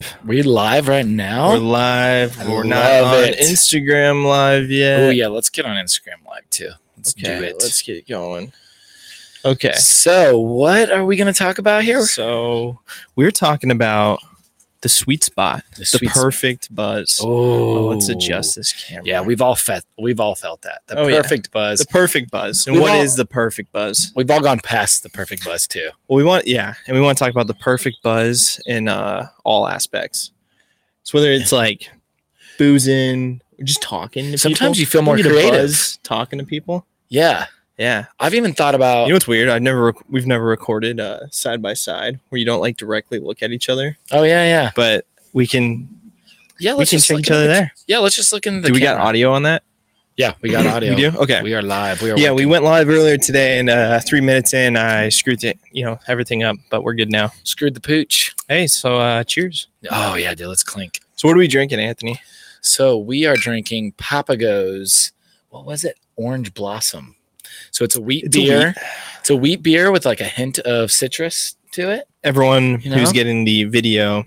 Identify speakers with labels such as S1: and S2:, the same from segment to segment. S1: live.
S2: We live right
S1: We're
S2: now.
S1: live.
S2: I
S1: We're not
S2: love
S1: on
S2: it.
S1: Instagram live yet.
S2: Oh yeah, let's get on Instagram live too. Let's
S1: Okay,
S2: do it.
S1: let's get going. Okay.
S2: So, what are we going to talk about here?
S1: So we're talking about the sweet spot,
S2: The,
S1: the
S2: sweet spot.
S1: perfect buzz. Oh,
S2: Oh,
S1: let's adjust this camera.
S2: Yeah, we've all felt we've all felt that the
S1: Oh, yeah.
S2: perfect buzz.
S1: the perfect buzz. And
S2: We've
S1: what is
S2: all-
S1: the perfect buzz?
S2: we've all gone past the perfect buzz too.
S1: Well, we want yeah, and we want to talk about the perfect buzz in uh, all aspects. So whether it's like boozing, just talking. To
S2: Sometimes
S1: people.
S2: you feel more
S1: get a
S2: creative.
S1: buzz talking to people.
S2: Yeah,
S1: Yeah,
S2: I've even thought about.
S1: you know what's weird? I've never rec- we've never recorded uh, side by side where you don't like directly look at each other,
S2: oh yeah, yeah,
S1: but we can
S2: yeah.
S1: we
S2: Let's Oh,
S1: can
S2: just
S1: check
S2: look
S1: each
S2: in
S1: other
S2: the-
S1: there.
S2: Yeah, let's just look in the.
S1: Do we got
S2: camera.
S1: audio on that?
S2: Yeah, we got audio.
S1: We do. Okay.
S2: We are live. We are.
S1: yeah, we
S2: working.
S1: went live earlier today, and uh, three minutes in, I screwed it, you know, everything up, but we're good now.
S2: screwed the pooch.
S1: Hey, so uh, cheers.
S2: Oh yeah, dude. Let's clink.
S1: So what are we drinking, Anthony?
S2: So we are drinking Papago's. What was it? Orange Blossom. So it's a wheat
S1: It's a
S2: beer. It's a wheat beer with like a hint of citrus to it.
S1: Everyone
S2: You
S1: who's
S2: know?
S1: getting the video,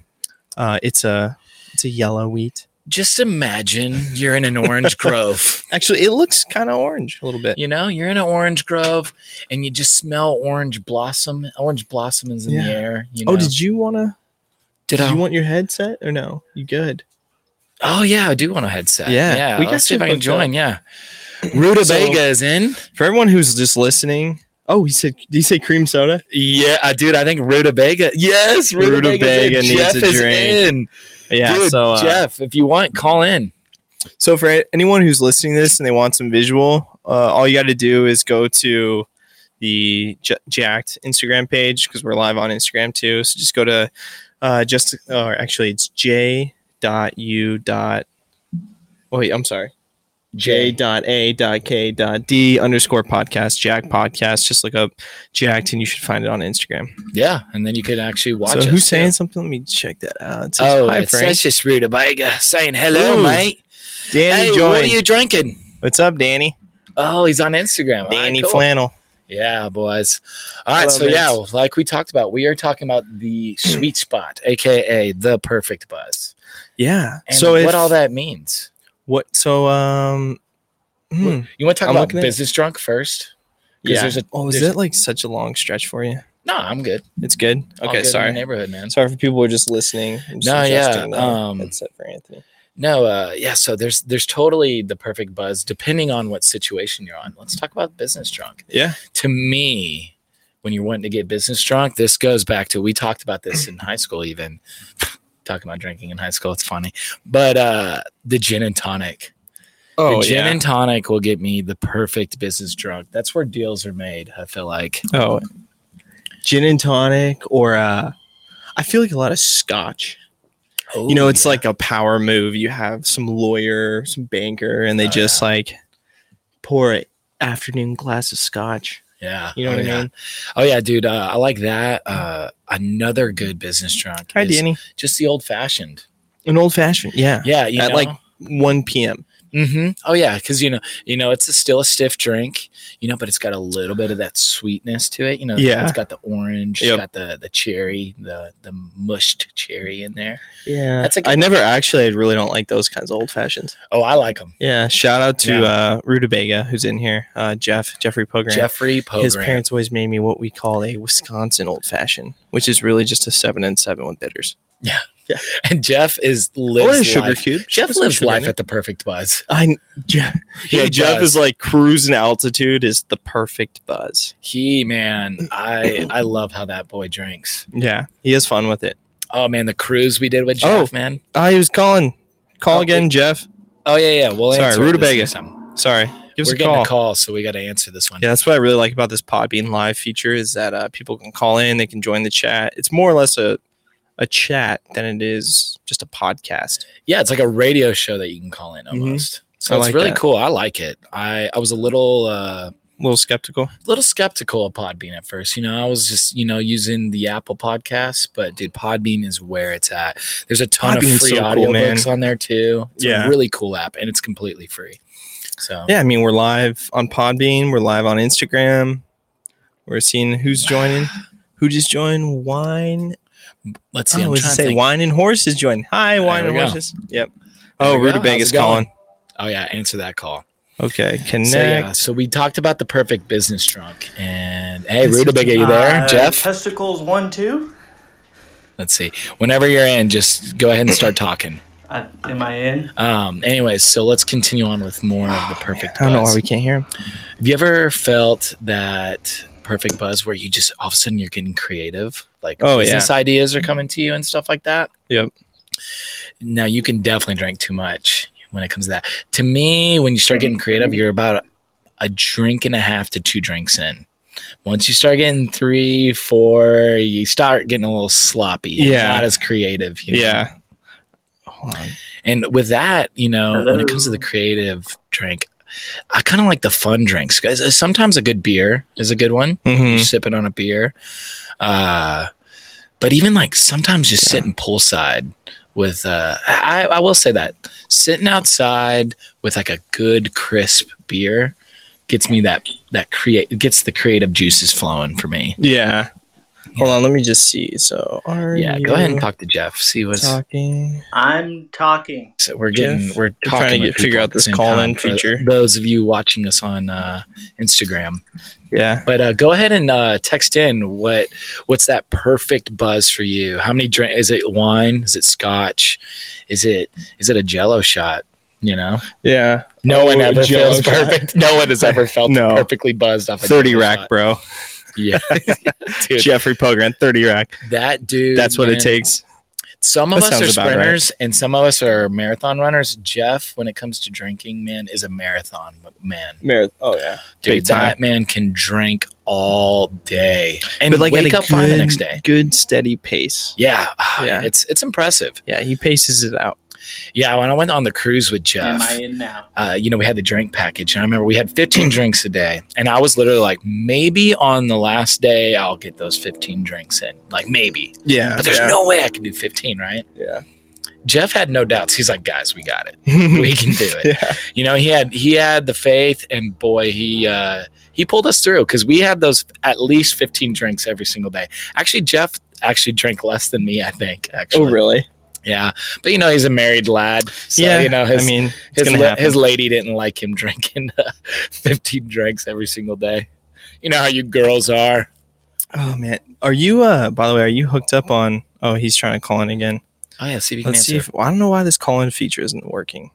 S1: uh, it's a it's a yellow wheat.
S2: Just imagine you're in an orange grove.
S1: Actually, it looks kind of orange a little bit.
S2: You know, you're in an orange grove and you just smell orange blossom. Orange blossom is in
S1: Yeah.
S2: the air. You know?
S1: Oh, did you wanna?
S2: Did
S1: Did
S2: I?
S1: you want your headset or no? You good?
S2: oh yeah, I do want a headset.
S1: Yeah,
S2: yeah. We
S1: we
S2: got
S1: got
S2: see if
S1: you
S2: I can
S1: hooked up.
S2: join. Yeah, rutabaga is in.
S1: For everyone who's just listening, oh, he said, did he say cream soda?
S2: Yeah, I dude, I think rutabaga. Yes,
S1: Rutabaga
S2: rutabaga.
S1: needs
S2: Jeff
S1: a
S2: is
S1: drink.
S2: in.
S1: Yeah.
S2: Dude,
S1: so, uh,
S2: Jeff, if you want, call in.
S1: so for anyone who's listening to this and they want some visual, uh, all you got to do is go to the J- Jacked Instagram page because we're live on Instagram too. So just go to uh, just, or actually, it's j dot u dot. Oh, wait, I'm sorry. J dot A dot K dot D underscore podcast, Jack podcast. Just look up Jacked and you should find it on Instagram.
S2: Yeah, and then you could actually watch.
S1: so
S2: us,
S1: who's
S2: too.
S1: saying something? Let me check that out. It says,
S2: Oh,
S1: hi,
S2: it's
S1: Frank.
S2: that's just rutabaga saying hello,
S1: Ooh,
S2: mate.
S1: Danny
S2: Hey, what are
S1: joined.
S2: you drinking?
S1: What's up, Danny?
S2: Oh, he's on Instagram. All right,
S1: Danny
S2: cool.
S1: Flannel.
S2: Yeah, boys. All right,
S1: Love
S2: so
S1: it.
S2: yeah, like we talked about, we are talking about the sweet spot, aka the perfect buzz.
S1: Yeah.
S2: And
S1: so
S2: what
S1: if,
S2: all that means.
S1: What? So um. hmm,
S2: You want to talk
S1: I'm
S2: about
S1: looking at-
S2: business drunk first? 'Cause There's a,
S1: oh, is
S2: there's-
S1: that like such a long stretch for you?
S2: no, I'm good.
S1: It's good.
S2: All good
S1: Okay,
S2: in the
S1: sorry.
S2: neighborhood, man.
S1: Sorry for people who are just listening. I'm just
S2: No, yeah,
S1: adjusting the
S2: um,
S1: headset for Anthony.
S2: No, uh, yeah. So there's there's totally the perfect buzz depending on what situation you're on. Let's talk about business drunk.
S1: Yeah.
S2: to me, when you're wanting to get business drunk, this goes back to we talked about this in high school, even talking about drinking in high school. It's funny, but uh, the gin and tonic.
S1: Oh
S2: the gin
S1: yeah.
S2: and tonic will get me the perfect business drunk. That's where deals are made. I feel like.
S1: oh, gin and tonic, or uh, I feel like a lot of scotch.
S2: Oh,
S1: you know, it's
S2: yeah.
S1: like a power move. You have some lawyer, some banker, and they
S2: Oh,
S1: just like pour an afternoon glass of scotch.
S2: yeah.
S1: You know
S2: Oh,
S1: what
S2: yeah.
S1: I mean?
S2: Oh yeah, dude. Uh, I like that. Uh, another good business drunk.
S1: Hi,
S2: is
S1: Danny.
S2: Just the old fashioned.
S1: An old fashioned. Yeah.
S2: Yeah, you
S1: At,
S2: know?
S1: like, 1 p.m. Mm-hmm.
S2: hmm Oh yeah, because you know, you know, it's a, still a stiff drink, you know, but it's got a little bit of that sweetness to it. You know,
S1: Yeah.
S2: it's got the orange,
S1: Yep.
S2: it's got the the cherry, the the mushed cherry in there.
S1: Yeah,
S2: That's a good
S1: I never actually. I really don't like those kinds of old fashions.
S2: Oh, I like them.
S1: Yeah, shout out to
S2: Yeah.
S1: uh, Rutabaga who's in here. Uh, Jeff Jeffrey Pogran.
S2: Jeffrey
S1: His
S2: Pogran.
S1: parents always made me what we call a Wisconsin old fashioned, which is really just a seven and seven with bitters.
S2: and Jeff is
S1: Or
S2: lives
S1: a
S2: life.
S1: sugar cube.
S2: Jeff
S1: Put some
S2: lives
S1: sugar in
S2: life
S1: it.
S2: at the perfect buzz.
S1: I yeah,
S2: He
S1: yeah Jeff
S2: does.
S1: is like cruising altitude is the perfect buzz.
S2: He
S1: Mm.
S2: man, I I love how that boy drinks.
S1: Yeah, he has fun with it.
S2: Oh man, the cruise we did with Jeff, man.
S1: Ah, he was calling. Call
S2: Oh,
S1: again, Jeff.
S2: Oh yeah, yeah. Well,
S1: Sorry,
S2: answer it this
S1: rutabaga.
S2: next time.
S1: Sorry, give us
S2: We're
S1: a
S2: getting
S1: call.
S2: a call, so we got to answer this one.
S1: Yeah, that's what I really like about this Podbean Live feature is that uh, people can call in, they can join the chat. It's more or less a a chat than it is just a podcast.
S2: yeah, it's like a radio show that you can call in
S1: Mhm.
S2: almost. So
S1: I
S2: it's
S1: like
S2: really
S1: that.
S2: cool. I like it. I I was a little uh
S1: A little skeptical.
S2: little skeptical of Podbean at first. You know, I was just, you know, using the Apple podcast, but dude, Podbean is where it's at. There's a ton
S1: Podbean's
S2: of free
S1: so cool,
S2: audiobooks
S1: man.
S2: on there too. It's
S1: Yeah.
S2: a really cool app and it's completely free. So
S1: Yeah, I mean we're live on Podbean, we're live on
S2: Oh,
S1: Instagram, we're seeing who's joining, who just joined. Wine
S2: Let's see.
S1: I
S2: I'm
S1: was
S2: trying to
S1: say
S2: think.
S1: wine and horses join. Hi, wine
S2: we
S1: and
S2: go.
S1: horses. Yep. Oh,
S2: we go.
S1: Rutabaga
S2: How's
S1: is
S2: it going? uh,
S1: calling.
S2: Oh yeah, answer that call.
S1: Okay, connect.
S2: So, yeah, so we talked about the perfect business drunk. And hey,
S1: This is
S2: Rutabaga, you there,
S3: Uh,
S2: Jeff?
S3: Testicles one two.
S2: Let's see. Whenever you're in, just go ahead and start talking.
S3: I, Uh, am I in?
S2: Um, anyways, so let's continue on with more of the perfect
S1: I don't know
S2: buzz.
S1: why we can't hear him.
S2: Have you ever felt that perfect buzz where you just all of a sudden you're getting creative? Like
S1: Oh, yeah.
S2: business ideas are coming to you and stuff like that?
S1: Yep.
S2: Now you can definitely drink too much when it comes to that. To me, when you start getting creative, you're about a drink and a half to two drinks in. Once you start getting three, four, you start getting a little sloppy. You're
S1: Yeah.
S2: Not as creative. you know?
S1: Yeah. Hold on.
S2: And with that, you know, when it comes to the creative drink, I kind of like the fun drinks. Guys, sometimes a good beer is a good one.
S1: Mhm.
S2: You're sipping on a beer. Uh, but even like sometimes just sitting poolside with, uh, I, I will say that sitting outside with like a good crisp beer gets me that, that create, gets the creative juices flowing for me.
S1: Yeah. Hold on, let me just see. So, are
S2: Yeah.
S1: you
S2: Go ahead and talk to Jeff. See what's,
S1: talking.
S3: I'm talking.
S2: So we're getting
S1: Jeff,
S2: we're
S1: we're
S2: talking
S1: trying to
S2: with
S1: get- figure
S2: people
S1: out
S2: at the
S1: this
S2: same
S1: call-in
S2: time for
S1: feature.
S2: Those of you watching us on uh, Instagram,
S1: Yeah.
S2: but uh, go ahead and uh, text in what what's that perfect buzz for you? How many drink? Is it wine? Is it scotch? Is it is it a Jello shot? You know,
S1: Yeah.
S2: no
S1: Oh,
S2: one ever
S1: Jell-O
S2: feels
S1: shot.
S2: perfect. No one has ever felt
S1: No.
S2: perfectly buzzed off a
S1: 30
S2: Jell-O
S1: rack,
S2: shot.
S1: bro.
S2: Yeah, Dude,
S1: Jeffrey Pogran, 30 rack.
S2: that dude.
S1: That's what
S2: man.
S1: it takes.
S2: Some of
S1: That
S2: us are
S1: sounds about right.
S2: sprinters and some of us are marathon runners. Jeff, when it comes to drinking, man, is a marathon man.
S1: Marath- oh, yeah.
S2: Dude,
S1: Big time.
S2: that man can drink all day and
S1: But like
S2: wake
S1: at a
S2: up fine the
S1: good-
S2: next day.
S1: Good, steady pace.
S2: Yeah, Ah,
S1: Yeah.
S2: it's it's impressive.
S1: Yeah, he paces it out.
S2: Yeah, when I went on the cruise with
S3: Am
S2: Jeff,
S3: I in now?
S2: uh, you know, we had the drink package, and I remember we had 15 drinks a day, and I was literally like, maybe on the last day I'll get those 15 drinks in, like maybe,
S1: Yeah.
S2: but there's no way I can do 15, right?
S1: Yeah.
S2: Jeff had no doubts. He's like, guys, we got it,
S1: yeah.
S2: we can do it. you know he had he had the faith and boy he uh he pulled us through because we had those at least 15 drinks every single day actually jeff actually drank less than me i think
S1: Oh,
S2: actually
S1: really?
S2: yeah but you know he's a married lad so
S1: yeah.
S2: you know his
S1: I mean, it's
S2: his,
S1: going to
S2: la-
S1: happen.
S2: his lady didn't like him drinking uh, 15 drinks every single day you know how you girls are
S1: oh, man. Are you, uh, by the way, are you hooked up on? Oh, he's trying to call in again.
S2: oh yeah see if you can
S1: Let's see
S2: answer
S1: if well, I don't know why this call in feature isn't working.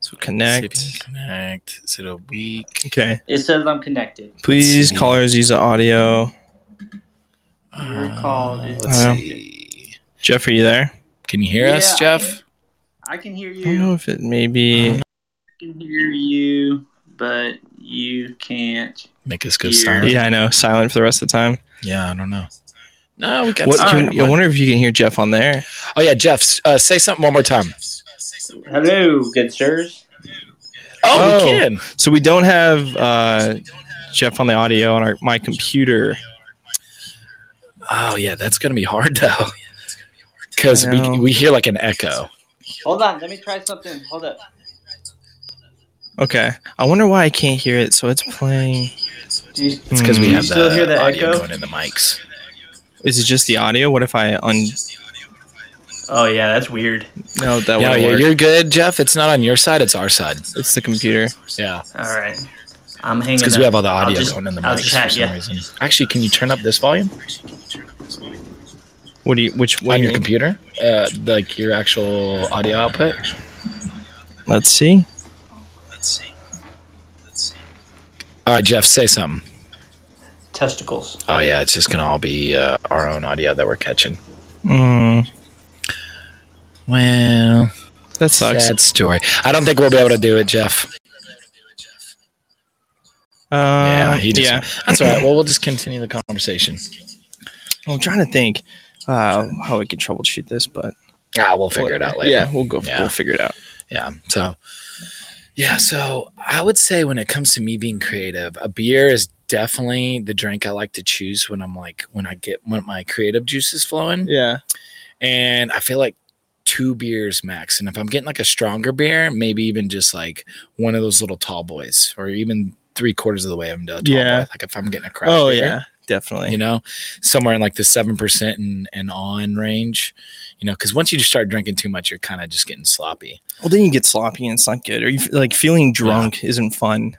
S1: So
S2: See
S1: connect.
S2: if you can connect is it a week
S1: Okay.
S3: It says I'm connected.
S1: Please,
S2: see.
S1: callers, use the audio.
S3: Your call
S2: Uh,
S3: is-
S2: let's
S1: Uh,
S2: see
S1: Jeff, are you there?
S2: can you hear us
S3: Yeah.
S2: jeff
S3: I can hear
S1: I don't know
S3: you.
S1: if it may be.
S3: I can hear you, but you can't.
S2: make us go
S3: Here.
S2: silent.
S1: Yeah, I know. Silent for the rest of the time.
S2: Yeah, I don't know. No, we got.
S1: What,
S3: all
S1: can,
S3: right,
S1: I wonder if you can hear Jeff on there.
S2: oh yeah, Jeff, uh, say something one more time.
S3: Hello, good sirs.
S2: Oh,
S1: Oh.
S2: we can.
S1: So we don't have uh, Jeff on the audio on our my computer.
S2: Oh yeah, that's gonna be hard though, because
S1: I
S2: we
S1: know.
S2: we hear like an echo.
S3: Hold on, let me try something. Hold up.
S1: Okay. I wonder why I can't hear it. So it's playing. Hmm.
S3: Do you,
S2: It's because we
S3: You
S2: have
S3: still
S2: the
S3: hear the
S2: audio
S3: echo?
S2: going in the mics.
S1: Is it just the audio? What if I un?
S3: oh yeah, that's weird.
S1: No, that
S2: yeah,
S1: won't
S2: yeah,
S1: work.
S2: you're good, Jeff. It's not on your side; it's our side.
S1: It's the computer.
S2: Yeah,
S3: All right, I'm hanging.
S2: it's because
S3: up.
S2: we have all the
S3: I'll
S2: audio
S3: just-
S2: going in the
S3: I'll
S2: mics
S3: chat
S2: for some
S3: ya.
S2: reason. Actually, can you turn up this volume
S1: What do you? Which what
S2: on
S1: do
S2: your
S1: you mean?
S2: computer? Uh, like your actual audio output?
S1: Let's see.
S2: All right, Jeff, say something.
S3: Testicles.
S2: Oh yeah, it's just gonna all be uh, our own audio that we're catching.
S1: Mm,
S2: Well.
S1: that sucks.
S2: Sad story. I don't think we'll be able to do it, Jeff.
S1: Uh,
S2: yeah, he just,
S1: yeah.
S2: That's all right. Well, we'll just continue the conversation.
S1: I'm trying to think uh, how we could troubleshoot this, but
S2: Ah, we'll figure it out later.
S1: Yeah, we'll go.
S2: Yeah.
S1: We'll figure it out.
S2: Yeah. So, yeah. So I would say when it comes to me being creative, a beer is definitely the drink I like to choose when I'm like when I get when my creative juice is flowing,
S1: Yeah,
S2: and I feel like two beers max. And if I'm getting like a stronger beer, maybe even just like one of those little tall boys, or even three quarters of the way I'm done.
S1: Yeah.
S2: Like if I'm getting a craft.
S1: Oh
S2: beer.
S1: yeah, definitely.
S2: you know, somewhere in like the 7% and, and on range, you know, because once you just start drinking too much, you're kind of just getting sloppy.
S1: Well, then you get sloppy and it's not good. Or you f- like feeling drunk isn't fun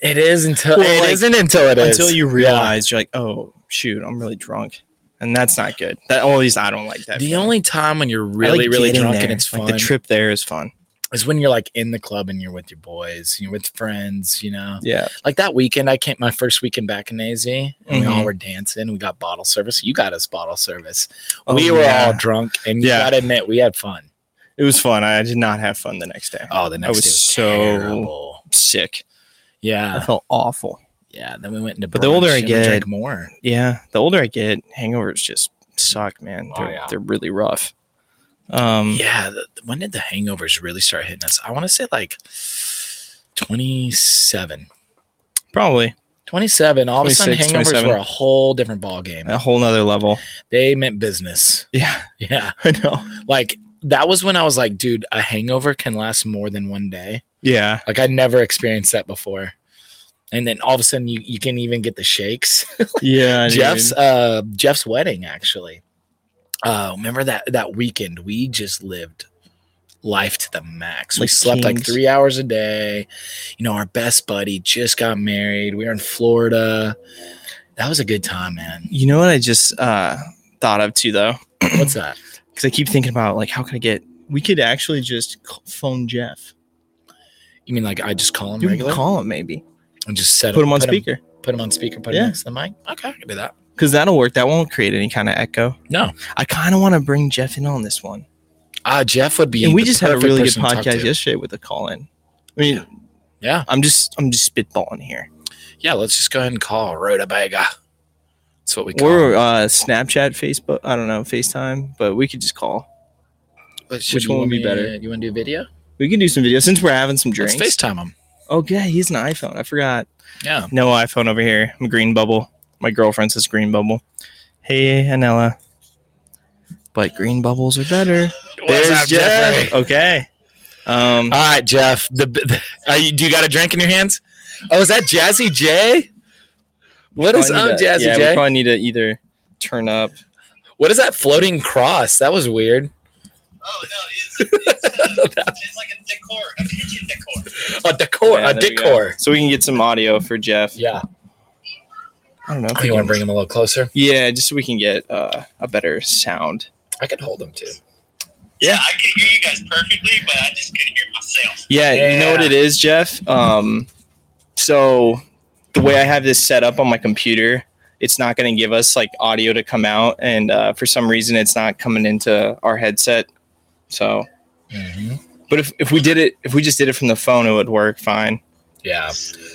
S2: It is until
S1: Well,
S2: it
S1: like,
S2: not until it
S1: until
S2: is.
S1: you
S2: Yeah.
S1: realize you're like, oh shoot, I'm really drunk, and that's not good. That at least I don't like that.
S2: The
S1: feeling.
S2: only time when you're
S1: I like
S2: really, really
S1: getting
S2: drunk
S1: there.
S2: and it's fun
S1: Like, the trip there is fun.
S2: is when you're like in the club and you're with your boys, you're with friends, you know.
S1: Yeah,
S2: Like that weekend, I came my first weekend back in AZ, and we
S1: Mhm.
S2: all were dancing. We got bottle service. You got us bottle service.
S1: Oh,
S2: we were
S1: yeah.
S2: all drunk, and you
S1: Yeah.
S2: gotta admit, we had fun.
S1: it was fun. I did not have fun the next day.
S2: Oh, the next
S1: was
S2: day was
S1: so-
S2: terrible.
S1: Sick.
S2: Yeah,
S1: I felt awful.
S2: yeah. Then we went into
S1: But the older
S2: brunch
S1: I
S2: and we drank
S1: get-
S2: more.
S1: Yeah, the older I get, hangovers just suck, man.
S2: Oh,
S1: They're
S2: yeah.
S1: they're really rough. Um,
S2: Yeah. The, when did the hangovers really start hitting us? I want to say like 27.
S1: probably
S2: 27. All of a sudden,
S1: 26,
S2: hangovers
S1: 27.
S2: were a whole different ball game.
S1: a whole nother level.
S2: They meant business.
S1: Yeah,
S2: Yeah.
S1: I know.
S2: Like that was when I was like, dude, a hangover can last more than one day.
S1: Yeah,
S2: Like I never experienced that before. And then all of a sudden you, you can even get the shakes.
S1: yeah.
S2: Jeff's uh Jeff's wedding actually. Uh remember that that weekend we just lived life to the max. we
S1: Like
S2: slept like
S1: kings.
S2: 3 hours a day. You know, our best buddy just got married. We were in Florida. That was a good time, man.
S1: You know what I just uh, thought of too, though,
S2: What's that?
S1: because I keep thinking about like how can I get. We could actually just c- phone Jeff.
S2: You mean like I just call him
S1: You can
S2: regular
S1: call him maybe.
S2: and just set
S1: Put him on
S2: put
S1: speaker
S2: put him on speaker, put
S1: Yeah.
S2: him next to the mic. Okay, I can do that.
S1: because that'll work. That won't create any kind of echo.
S2: No.
S1: I kind of want to bring Jeff in on this one.
S2: Uh, Jeff would be.
S1: and we
S2: the
S1: just had a
S2: perfect
S1: really good
S2: person to talk
S1: podcast
S2: to.
S1: yesterday with a call in. I mean,
S2: Yeah,
S1: I'm just I'm just spitballing here.
S2: yeah. Let's just go ahead and call Rutabaga. That's what we call.
S1: Or
S2: him.
S1: uh, Snapchat, Facebook. I don't know FaceTime, but we could just call.
S2: But
S1: which
S2: you
S1: one
S2: want
S1: would be
S2: me-
S1: better?
S2: You want to do video?
S1: We can do some videos since we're having some drinks.
S2: Let's FaceTime him.
S1: oh yeah, he's an iPhone. I forgot.
S2: Yeah.
S1: No iPhone over here. I'm green bubble. My girlfriend says green bubble. Hey, Anella. But green bubbles are better.
S2: What's up, Uh, Jeffrey?
S1: Okay. Um,
S2: All right, Jeff. The, the are you, do you got a drink in your hands? Oh, is that Jazzy J? What is
S1: probably
S2: up,
S1: need to-
S2: Jazzy
S1: yeah, We
S2: J?
S1: probably need to either turn up.
S2: what is that floating cross? That was weird.
S4: Oh no, it's, it's, it's like a decor, a kitchen decor.
S2: A decor.
S1: Yeah,
S2: Oh, a
S1: there we go.
S2: decor.
S1: So we can get some audio for Jeff.
S2: Yeah.
S1: I don't know. if
S2: Oh, you
S1: we
S2: want
S1: can-
S2: to bring him a little closer?
S1: Yeah, just so we can get uh, a better sound.
S2: I could hold him too.
S4: Yeah, I could hear you guys perfectly, but I just couldn't hear myself.
S1: Yeah, you know what
S2: Yeah.
S1: it is, Jeff. Um, so the way I have this set up on my computer, it's not going to give us like audio to come out, and uh, for some reason, it's not coming into our headset. So,
S2: Mhm.
S1: but if, if we did it, if we just did it from the phone, it would work fine.
S2: Yeah.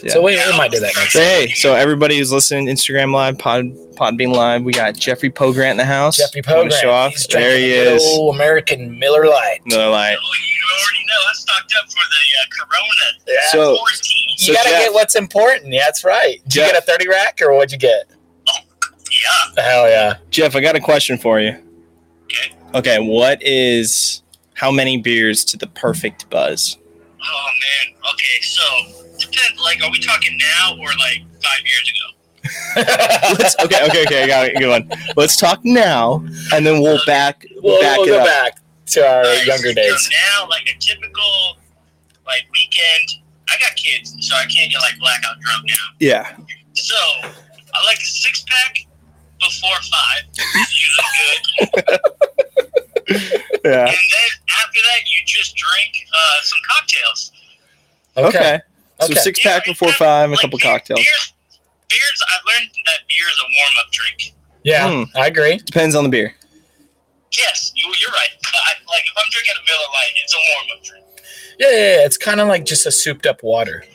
S1: Yeah.
S2: So we, we might do that next.
S1: So, hey, so everybody who's listening, Instagram Live, Pod Podbean Live, we got Jeffrey Pogrant in the house.
S2: Jeffrey
S1: Wanna
S2: Pogrant.
S1: show off.
S2: He's drinking
S1: there he
S2: a good
S1: is.
S2: old American Miller Lite.
S1: Another light.
S4: Well, you already know I stocked up for the uh, Corona
S2: Yeah.
S1: So-
S4: quarantine.
S2: you
S1: so
S2: gotta
S1: Jeff-
S2: get what's important. Yeah, that's right. Did
S1: Jeff-
S2: you get a thirty rack or what'd you get?
S4: Yeah,
S2: Hell yeah.
S1: Jeff, I got a question for you.
S4: Okay.
S1: Okay, what is how many beers to the perfect buzz?
S4: Oh man. Okay, so depends. Like, are we talking now or like five years ago?
S1: Let's, okay, okay, okay, I got it. Good one. Let's talk now, and then we'll back
S2: we'll
S1: back
S2: we'll
S1: it
S2: go
S1: up.
S2: back to our
S4: Alright,
S2: Uh, younger
S4: so
S2: days.
S4: Now, like a typical like weekend. I got kids, so I can't get like blackout drunk now.
S1: Yeah.
S4: So I like a six pack before five. It's usually good.
S1: Yeah.
S4: And then after that, you just drink uh, some cocktails.
S1: Okay. So
S2: Okay.
S1: six pack before five, a
S4: Like,
S1: couple
S4: beer-
S1: cocktails.
S4: Beers, beers, I learned that beer is a warm up drink.
S2: Yeah,
S1: Hmm.
S2: I agree.
S1: Depends on the beer.
S4: Yes, you, you're right. I, like if I'm drinking a Miller Lite, it's a warm up drink.
S2: Yeah, yeah, yeah. It's kinda like just a souped up water.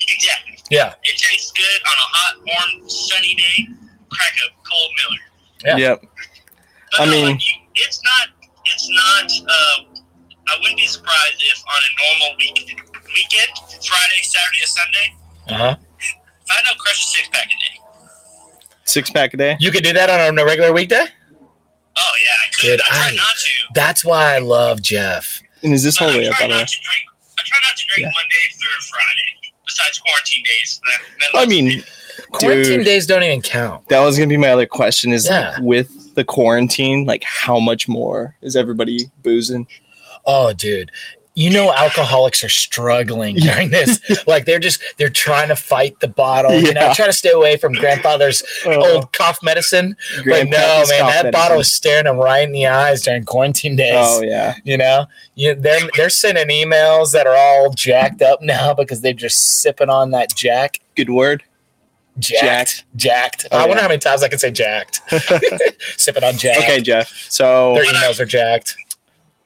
S4: Exactly.
S2: Yeah.
S4: It tastes good on a hot, warm, sunny day. Crack a cold Miller.
S2: Yeah.
S1: Yep.
S4: But
S1: I
S4: no,
S1: mean-
S4: like, you, it's not. It's not. Uh, I wouldn't be surprised if on a normal week, weekend, Friday, Saturday, or Sunday,
S2: Uh-huh.
S4: if I don't crush a six pack a day.
S1: Six pack a day.
S2: You could do that on a regular weekday?
S4: Oh yeah, I could.
S2: Dude,
S4: I try
S2: I-
S4: not to.
S2: That's why I love Jeff.
S1: And is this
S4: but
S1: whole way
S4: I
S1: up?
S4: try
S1: By the way.
S4: not to drink. I try not to drink
S1: Yeah.
S4: Monday through Friday, besides quarantine days. That, that
S1: I mean,
S2: Quarantine
S1: Dude.
S2: days don't even count.
S1: That was gonna be my other question. Is
S2: Yeah.
S1: with the quarantine, like how much more is everybody boozing?
S2: Oh, dude. You know alcoholics are struggling during this. like they're just they're trying to fight the bottle, you know,
S1: Yeah. Uh-huh.
S2: trying to stay away from grandfather's old cough medicine. But no, man,
S1: Grandpappy's
S2: that
S1: cough
S2: bottle
S1: medicine.
S2: was staring them right in the eyes during quarantine days.
S1: Oh yeah,
S2: You know, you, they're they're sending emails that are all jacked up now because they're just sipping on that jack.
S1: good word.
S2: Jacked, jacked.
S1: Oh,
S2: I wonder
S1: yeah.
S2: how many times I can say jacked. sipping on jack.
S1: Okay, Jeff. So
S2: their emails are jacked.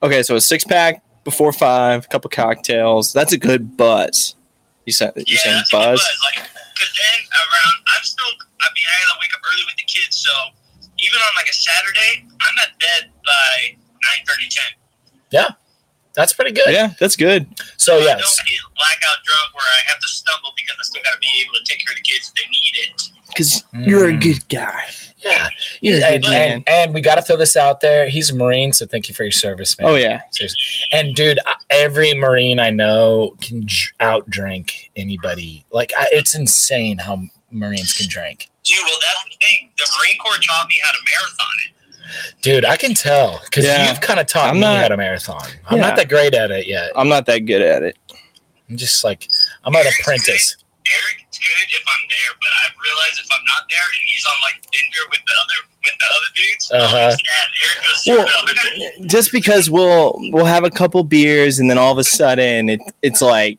S1: okay, so a six pack before five, a couple cocktails. That's a good buzz. You said you
S4: Yeah,
S1: saying
S4: that's a good
S1: buzz?
S4: buzz. Like, cause then around, I'm still, I mean, I gotta wake up early with the kids, so even on like a Saturday, I'm at bed by 9, 10.
S2: That's pretty good.
S1: Yeah, that's good.
S2: So
S4: I
S2: Oh, yes,
S4: don't get blackout drunk where I have to stumble because I still gotta be able to take care of the kids if they need it.
S1: Because
S2: you're a Mm.
S1: good guy.
S2: yeah,
S1: You're a good
S2: and,
S1: man.
S2: and, and we got to throw this out there. He's a Marine, so thank you for your service, man.
S1: Oh yeah.
S2: Seriously. And dude, I- every Marine I know can j- outdrink anybody. Like I, it's insane how Marines can drink.
S4: Dude, well, that's the thing. The Marine Corps taught me how to marathon it.
S2: Dude, I can tell because
S1: Yeah.
S2: you've kind of taught
S1: I'm
S2: me
S1: not-
S2: how to marathon. I'm
S1: Yeah.
S2: not that great at it yet.
S1: I'm not that good at it.
S2: I'm just like I'm an apprentice.
S4: Eric's good if I'm there, but I realize if I'm not there and he's on like Tinder with the other with the
S2: Uh-huh.
S4: other dudes, yeah, Eric goes
S1: Well-
S4: super well, dude.
S1: just because we'll we'll have a couple beers and then all of a sudden it it's like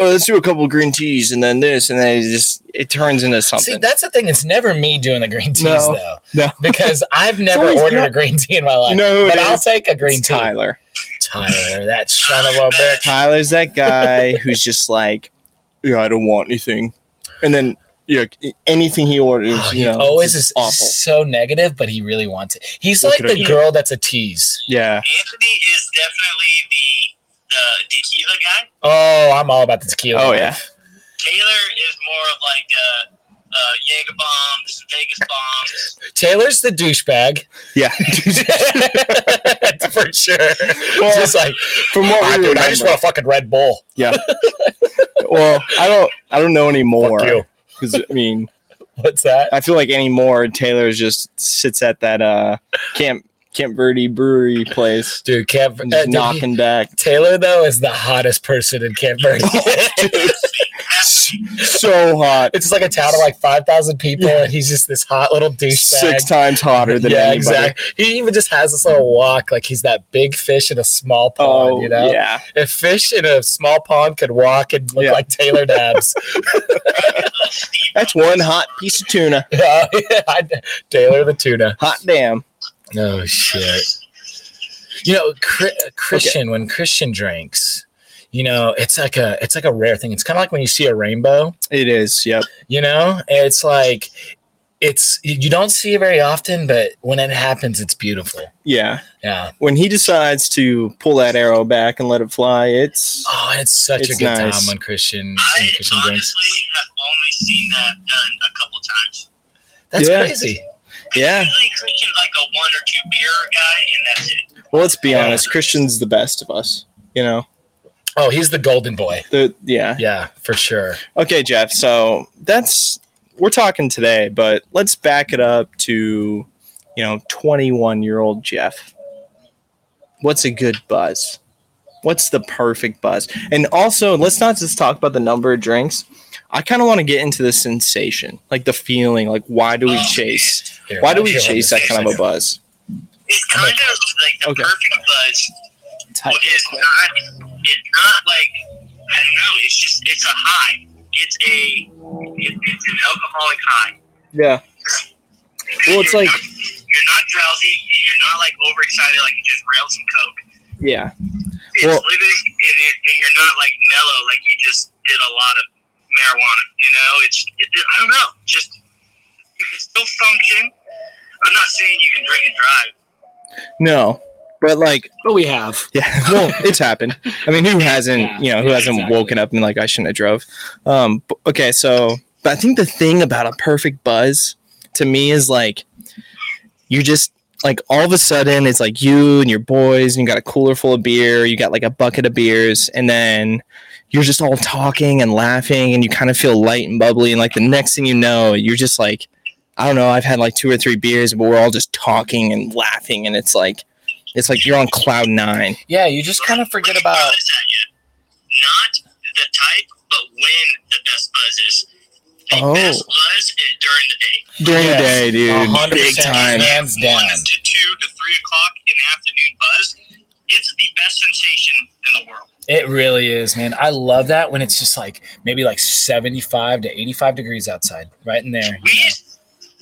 S1: oh let's do a couple green teas and then this and then it just it turns into
S2: See,
S1: something
S2: that's the thing. It's never me doing the green teas
S1: No.
S2: though,
S1: No.
S2: because I've never
S1: always
S2: ordered
S1: not-
S2: a green tea in my life.
S1: You know who it
S2: but I'll
S1: is?
S2: take a green
S1: It's
S2: tea.
S1: Tyler
S2: Tyler, that son of a bitch.
S1: Tyler's that guy who's just like yeah I don't want anything and then yeah anything he orders
S2: Oh,
S1: you
S2: he
S1: know
S2: always
S1: it's
S2: is
S1: awful
S2: so negative, but he really wants it. He's like
S1: Look at
S2: the
S1: him.
S2: girl that's a tease.
S1: yeah
S4: Anthony is definitely the the tequila guy.
S2: Oh, I'm all about the tequila.
S1: oh yeah
S4: Taylor is more of like uh, uh, Jaeger bombs, Vegas bombs.
S2: Taylor's the douchebag.
S1: yeah
S2: For sure.
S1: Well,
S2: just like,
S1: from what
S2: "Ah,
S1: we
S2: dude, I just
S1: remember.
S2: want a fucking Red Bull.
S1: well I don't I don't know anymore
S2: Fuck you.
S1: because I mean
S2: What's that?
S1: I feel like anymore Taylor just sits at that uh Camp Camp Verde brewery place
S2: Dude, Camp,
S1: and
S2: uh,
S1: just
S2: dude,
S1: knocking back.
S2: Taylor, though, is the hottest person in Camp Verde.
S1: Oh. So hot.
S2: it's just like a town of like 5,000 people, and he's just this hot little douchebag.
S1: Six times hotter than
S2: yeah,
S1: anybody.
S2: exact. He even just has this little walk, like he's that big fish in a small pond.
S1: Oh
S2: you know,
S1: yeah.
S2: if fish in a small pond could walk and look
S1: Yeah.
S2: like Taylor Dabs,
S1: That's one hot piece of tuna.
S2: Yeah, I- Taylor the tuna.
S1: Hot damn.
S2: Oh shit! You know, Chri- uh, Christian when Christian drinks, you know, it's like a it's like a rare thing. It's kind of like when you see a rainbow.
S1: It is. Yep.
S2: You know, it's like it's you don't see it very often, but when it happens, it's beautiful.
S1: Yeah.
S2: Yeah.
S1: When he decides to pull that arrow back and let it fly, it's
S2: Oh, and it's such
S1: It's
S2: a good
S1: nice.
S2: time when Christian
S4: I
S2: when Christian drinks.
S4: honestly have only seen that done a couple times.
S2: That's
S1: Yeah.
S2: crazy.
S1: yeah.
S4: Usually Christian like a one or two beer guy, and that's it.
S1: Well, let's be
S2: Yeah.
S1: honest. Christian's the best of us. You know.
S2: Oh, he's the golden boy.
S1: The yeah.
S2: Yeah, for sure.
S1: Okay, Jeff. So that's we're talking today, but let's back it up to you know 21 year old Jeff. What's a good buzz? What's the perfect buzz? And also, let's not just talk about the number of drinks. I kind of want to get into the sensation, like the feeling, like why do we chase?
S2: Here,
S1: Why do we
S2: here, hold
S1: chase
S2: on
S1: that
S2: just
S1: kind of a
S2: second.
S1: buzz?
S4: It's kind of like the
S1: Okay.
S4: perfect buzz. It's not. It's not like I don't know. It's just it's a high. It's a it, it's an alcoholic high.
S1: Yeah. Well, it's
S4: You're
S1: like-
S4: not- you're not drowsy and you're not like overexcited like you just railed some coke.
S1: Yeah.
S4: It's
S1: Well-
S4: living and, it, and you're not like mellow like you just did a lot of marijuana. You know, it's it, I don't know. Just you can still function. I'm not saying you can drink and drive.
S1: No. But like,
S2: But we have.
S1: Yeah, well, it's happened. I mean, who hasn't?
S2: Yeah,
S1: you know, who
S2: yeah,
S1: hasn't
S2: exactly.
S1: woken up and like I shouldn't have drove. Um, b- okay, so but I think the thing about a perfect buzz to me is like you're just like all of a sudden it's like you and your boys and you got a cooler full of beer, you got like a bucket of beers, and then you're just all talking and laughing and you kind of feel light and bubbly and like the next thing you know you're just like i don't know i've had like two or three beers but we're all just talking and laughing and it's like it's like you're on cloud nine
S2: Yeah, you just kind of forget
S4: What
S2: about.
S4: buzz is that yet? Not the type, but when the best buzz is. The
S1: Oh.
S4: best buzz is during the day.
S1: during
S2: Yes,
S1: the day dude
S2: 100%
S1: big time
S2: Hands down.
S4: One to two to three o'clock in the afternoon buzz. It's the best sensation in the world.
S2: It really is, man. I love that when it's just like maybe like 75 to 85 degrees outside, right in there.
S4: We used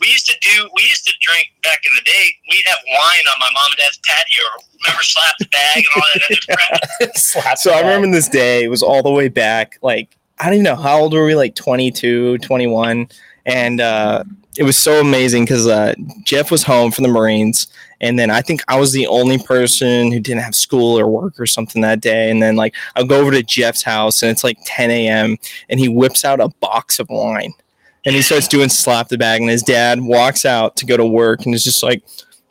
S4: we used to do we used to drink back in the day. We'd have wine on my mom and dad's patio. Remember, slap the bag and all that other crap.
S2: Slap
S1: so i
S2: it
S1: remember this day it was all the way back like i don't even know how old were we like 22 21 and uh it was so amazing because uh jeff was home from the marines and then i think i was the only person who didn't have school or work or something that day and then like i'll go over to jeff's house and it's like 10 a.m and he whips out a box of wine and he starts doing slap the bag and his dad walks out to go to work and is just like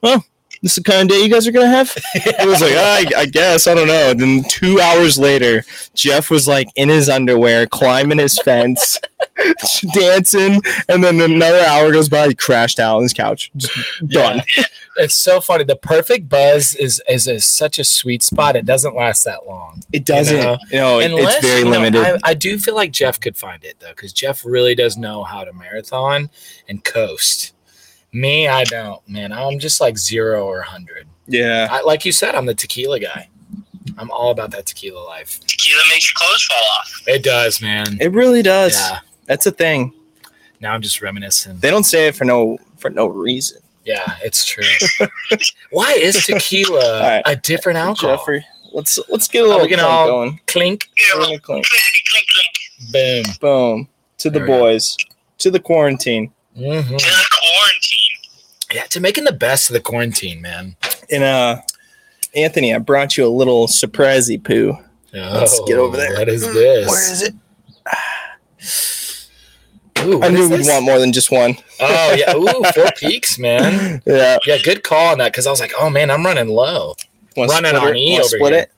S1: well this is the kind of day you guys are gonna have it was like, I, I guess, I don't know. And then two hours later, Jeff was like in his underwear, climbing his fence, dancing. And then another hour goes by, he crashed out on his couch. Just done.
S2: Yeah. It's so funny. The perfect buzz is is a, such a sweet spot. It doesn't last that long.
S1: It doesn't,
S2: You know,
S1: no, it- Oh, it's very
S2: you know,
S1: limited.
S2: I, I do feel like Jeff could find it though, because Jeff really does know how to marathon and coast. Me, I don't, man. I'm just like zero or hundred.
S1: yeah.
S2: I, like you said, I'm the tequila guy. I'm all about that tequila life.
S4: Tequila makes your clothes fall off.
S2: It does, man.
S1: It really does.
S2: Yeah.
S1: That's a thing.
S2: Now I'm just reminiscing.
S1: They don't say it for no for no reason.
S2: Yeah, it's true. Why is tequila
S1: All right.
S2: a different alcohol?
S1: Jeffrey, let's let's get a
S2: Are
S1: little
S2: we gonna
S1: clink
S2: all-
S1: going.
S2: Clink,
S4: You
S1: We're
S4: know,
S1: gonna clink.
S4: clinkety clink clink
S2: boom.
S1: Boom. To the
S2: There we go.
S1: boys. To the quarantine.
S2: hmm
S4: to the quarantine.
S2: Yeah, to making the best of the quarantine, man.
S1: And uh Anthony, I brought you a little surprisey poo. Let's get over
S2: Oh,
S1: there. Mm,
S2: What is this?
S1: it?
S2: Ooh, what
S1: I knew
S2: is
S1: we'd
S2: this?
S1: want more than just one.
S2: Oh yeah, ooh, four peaks, man.
S1: Yeah.
S2: Yeah, good call on that because I was like, oh man, I'm running low.
S1: Wanna
S2: Running
S1: split
S2: on
S1: it?
S2: E
S1: Wanna
S2: over
S1: split
S2: here.
S1: it?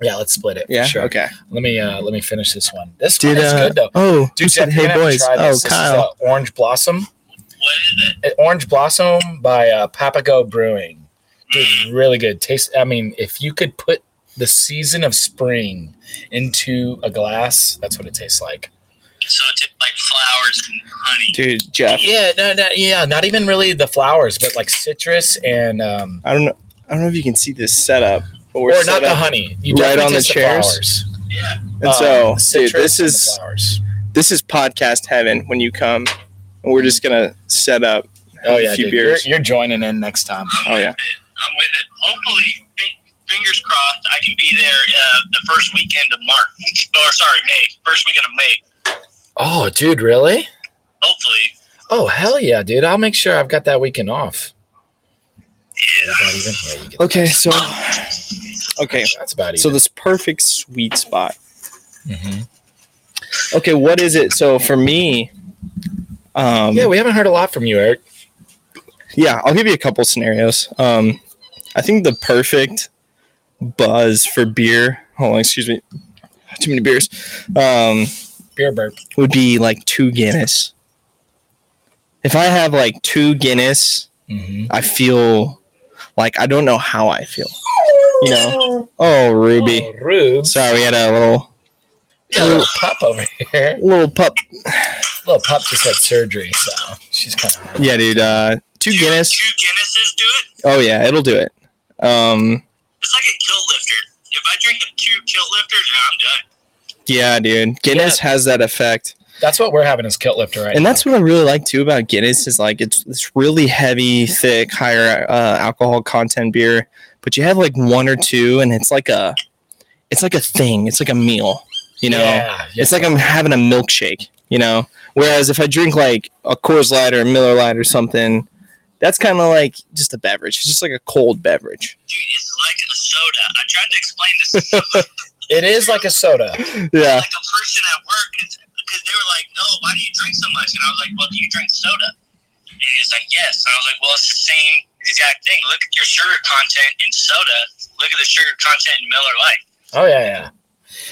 S2: Yeah, let's split it. for
S1: Yeah.
S2: sure.
S1: Okay.
S2: Let me uh let me finish this one. This one is good though.
S1: oh,
S2: Dude, Jeff, you're gonna have to try this. This is, uh, Orange Blossom.
S4: What is it?
S2: Uh, Orange Blossom by uh, Papago Brewing. Dude, really good. Taste. I mean, if you could put the season of spring into a glass, that's what it tastes like.
S4: So it's like flowers and honey.
S1: Dude, Jeff,
S2: Yeah, no, no, yeah, not even really the flowers, but like citrus and um,
S1: I don't know. I don't know if you can see this setup, but we're
S2: or
S1: set
S2: not the
S1: up-
S2: honey. You
S1: right
S2: definitely
S1: on the
S2: taste
S1: chairs.
S2: flowers.
S4: Yeah.
S1: And
S2: Um,
S1: so,
S2: the
S1: dude,
S2: citrus
S1: this
S2: and the
S1: is
S2: flowers.
S1: this is podcast heaven when you come. And we're just gonna set up.
S2: Oh
S1: a
S2: yeah,
S1: few
S2: dude, you're,
S1: beers.
S2: you're joining in next time.
S1: Oh yeah.
S4: I'm with it. Hopefully, fi- fingers crossed, I can be there uh, the first weekend of March. Or sorry, May. First weekend of May.
S2: Oh, dude, really?
S4: Hopefully.
S2: Oh hell yeah, dude! I'll make sure I've got that weekend off.
S4: Yeah.
S2: That's about even. Yeah, you get-
S1: Okay, so okay,
S2: That's about even.
S1: so this perfect sweet spot.
S2: Mhm.
S1: Okay, what is it? So for me, um,
S2: Yeah, we haven't heard a lot from you, Eric.
S1: Yeah, I'll give you a couple scenarios. Um, I think the perfect buzz for beer. Hold on, excuse me. Too many beers. Um,
S2: Beer burp.
S1: would be like two Guinness. If I have like two Guinness,
S2: Mm-hmm.
S1: I feel like I don't know how I feel. You know? Oh, Ruby.
S2: rude.
S1: Sorry, we had a little
S2: Got a little pup over here.
S1: little pup.
S2: Little pup just had surgery, so she's kind of.
S1: Yeah, dude. Uh, two
S4: Two-
S1: Guinness.
S4: Two Guinnesses do it.
S1: Oh yeah, it'll do it. Um,
S4: It's like a kilt lifter. If I drink a two kilt lifters, yeah, I'm done.
S1: yeah, dude. Guinness has that effect.
S2: That's what we're having as kilt lifter right
S1: and
S2: now.
S1: that's what I really like too about Guinness is like it's it's really heavy, thick, higher uh, alcohol content beer, but you have like one or two, and it's like a it's like a thing. It's like a meal, you know.
S2: Yeah, yeah.
S1: It's like I'm having a milkshake, you know. Whereas if I drink like a Coors Light or a Miller Light or something, that's kind of like just a beverage. It's just like a cold beverage.
S4: Dude, it's like a soda. I tried to explain this to someone,
S2: it is like a soda.
S1: Yeah,
S4: like a person at work because they were like, "No, why do you drink so much?" And I was like, "Well, do you drink soda?" And he was like, "Yes." And I was like, "Well, it's the same exact thing. Look at your sugar content in soda. Look at the sugar content in Miller Lite."
S2: Oh yeah, yeah.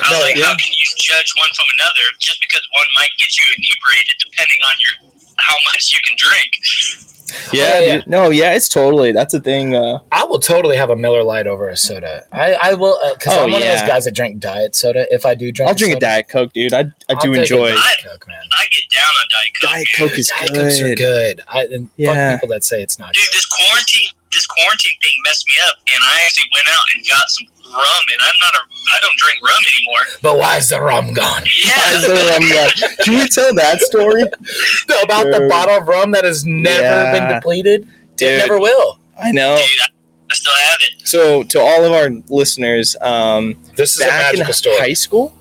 S4: I was
S2: No,
S4: like,
S2: yeah.
S4: how can you judge one from another just because one might get you inebriated depending on your how much you can drink?
S2: Yeah, Oh, yeah.
S1: dude. No, yeah, it's totally. That's a thing. Uh,
S2: I will totally have a Miller Lite over a soda. I, I will because
S1: Oh,
S2: I'm one of
S1: yeah.
S2: those guys that drink diet soda. If I do drink,
S1: I'll drink a
S2: soda,
S1: Diet Coke, dude. I, I
S2: I'll
S1: do
S2: take a
S1: enjoy.
S2: Diet Coke, man.
S4: I get down on Diet Coke.
S1: Diet Coke is
S2: Diet Cokes are
S1: good.
S2: good. I, and
S1: Yeah.
S2: fuck people that say it's not
S4: Dude,
S2: good.
S4: this quarantine this quarantine thing messed me up and I actually went out and got some rum and I'm not a I don't drink rum anymore.
S2: But why is the rum gone?
S1: I
S4: Yeah.
S1: literally- I'm like, Can you tell that story,
S2: About the
S1: Dude.
S2: bottle of rum that has never been
S1: Yeah.
S2: depleted. It
S1: dude?
S2: never will.
S1: I know.
S4: Dude, I, I still have it.
S1: So, to all of our listeners, um,
S2: This is
S1: back
S2: a
S1: in
S2: magical story.
S1: high school,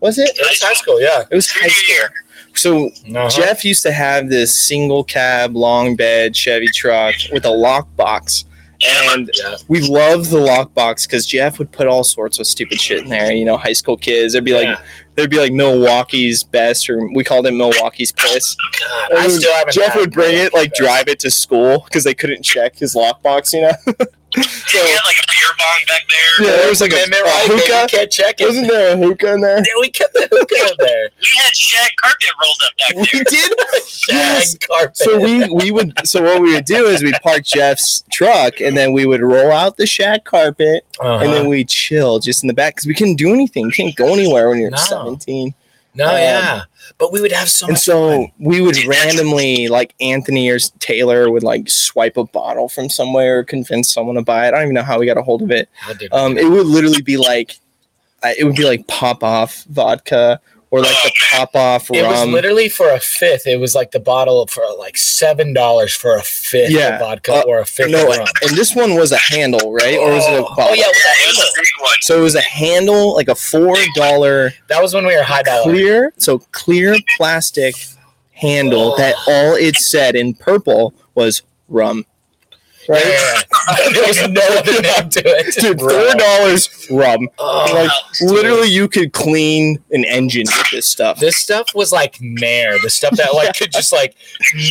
S1: was it?
S2: It was high school, yeah.
S1: It was high
S4: Junior
S1: school.
S4: year.
S1: So
S2: Uh-huh.
S1: Jeff used to have this single cab, long bed Chevy truck with a lockbox.
S4: Yeah,
S1: And
S2: Yeah.
S1: we loved the lockbox because Jeff would put all sorts of stupid shit in there. You know, high school kids. There'd be like
S2: Yeah.
S1: there'd be like Milwaukee's best, or we called it Milwaukee's piss.
S2: God,
S1: And
S2: I still haven't.
S1: Jeff
S2: had
S1: would bring it like
S2: Milwaukee
S1: drive it to school because they couldn't check his lockbox. You know,
S4: Did you get like a beer bong back there?
S1: Yeah. there was, like, a-
S2: Amendment
S1: a
S2: right, baby,
S1: hookah.
S2: Can't check it.
S1: wasn't there a hookah in there?
S2: Yeah, we kept the hookah in there.
S4: We had shag carpet rolled up back there.
S1: We did. Yes.
S2: Shag carpet.
S1: So we we would so what we would do is we'd park Jeff's truck and then we would roll out the shack carpet
S2: Uh-huh.
S1: and then we chill just in the back because we couldn't do anything. You can't go anywhere when you're
S2: No.
S1: 17.
S2: no,
S1: um,
S2: yeah, but we would have so
S1: And
S2: much.
S1: so we would
S4: Dude, that's-
S1: randomly, like Anthony or Taylor would like swipe a bottle from somewhere or convince someone to buy it. I don't even know how we got a hold of it.
S2: How did we
S1: Um, it would literally be like, I it would be like pop off vodka or like the pop off
S2: It was
S1: rum.
S2: literally for a fifth. It was like the bottle for like seven dollars for a fifth
S1: Yeah.
S2: of vodka
S1: Uh,
S2: or a fifth
S1: no,
S2: of rum.
S1: and this one was a handle, right? Or was it a
S2: oh, oh,
S1: bottle?
S2: yeah, it was
S4: Yeah,
S2: a
S4: it was a
S2: handle.
S4: big one.
S1: So it was a handle, like a four dollar
S2: that was when we were high dollar.
S1: clear, so clear plastic handle
S2: Oh.
S1: that all it said in purple was rum. Right?
S2: Yeah, there was no other name to it.
S1: Dude,
S2: Bro.
S1: four dollars rum.
S2: Oh,
S1: like
S2: dude.
S1: literally, you could clean an engine with this stuff.
S2: This stuff was like nair. The stuff that like could just like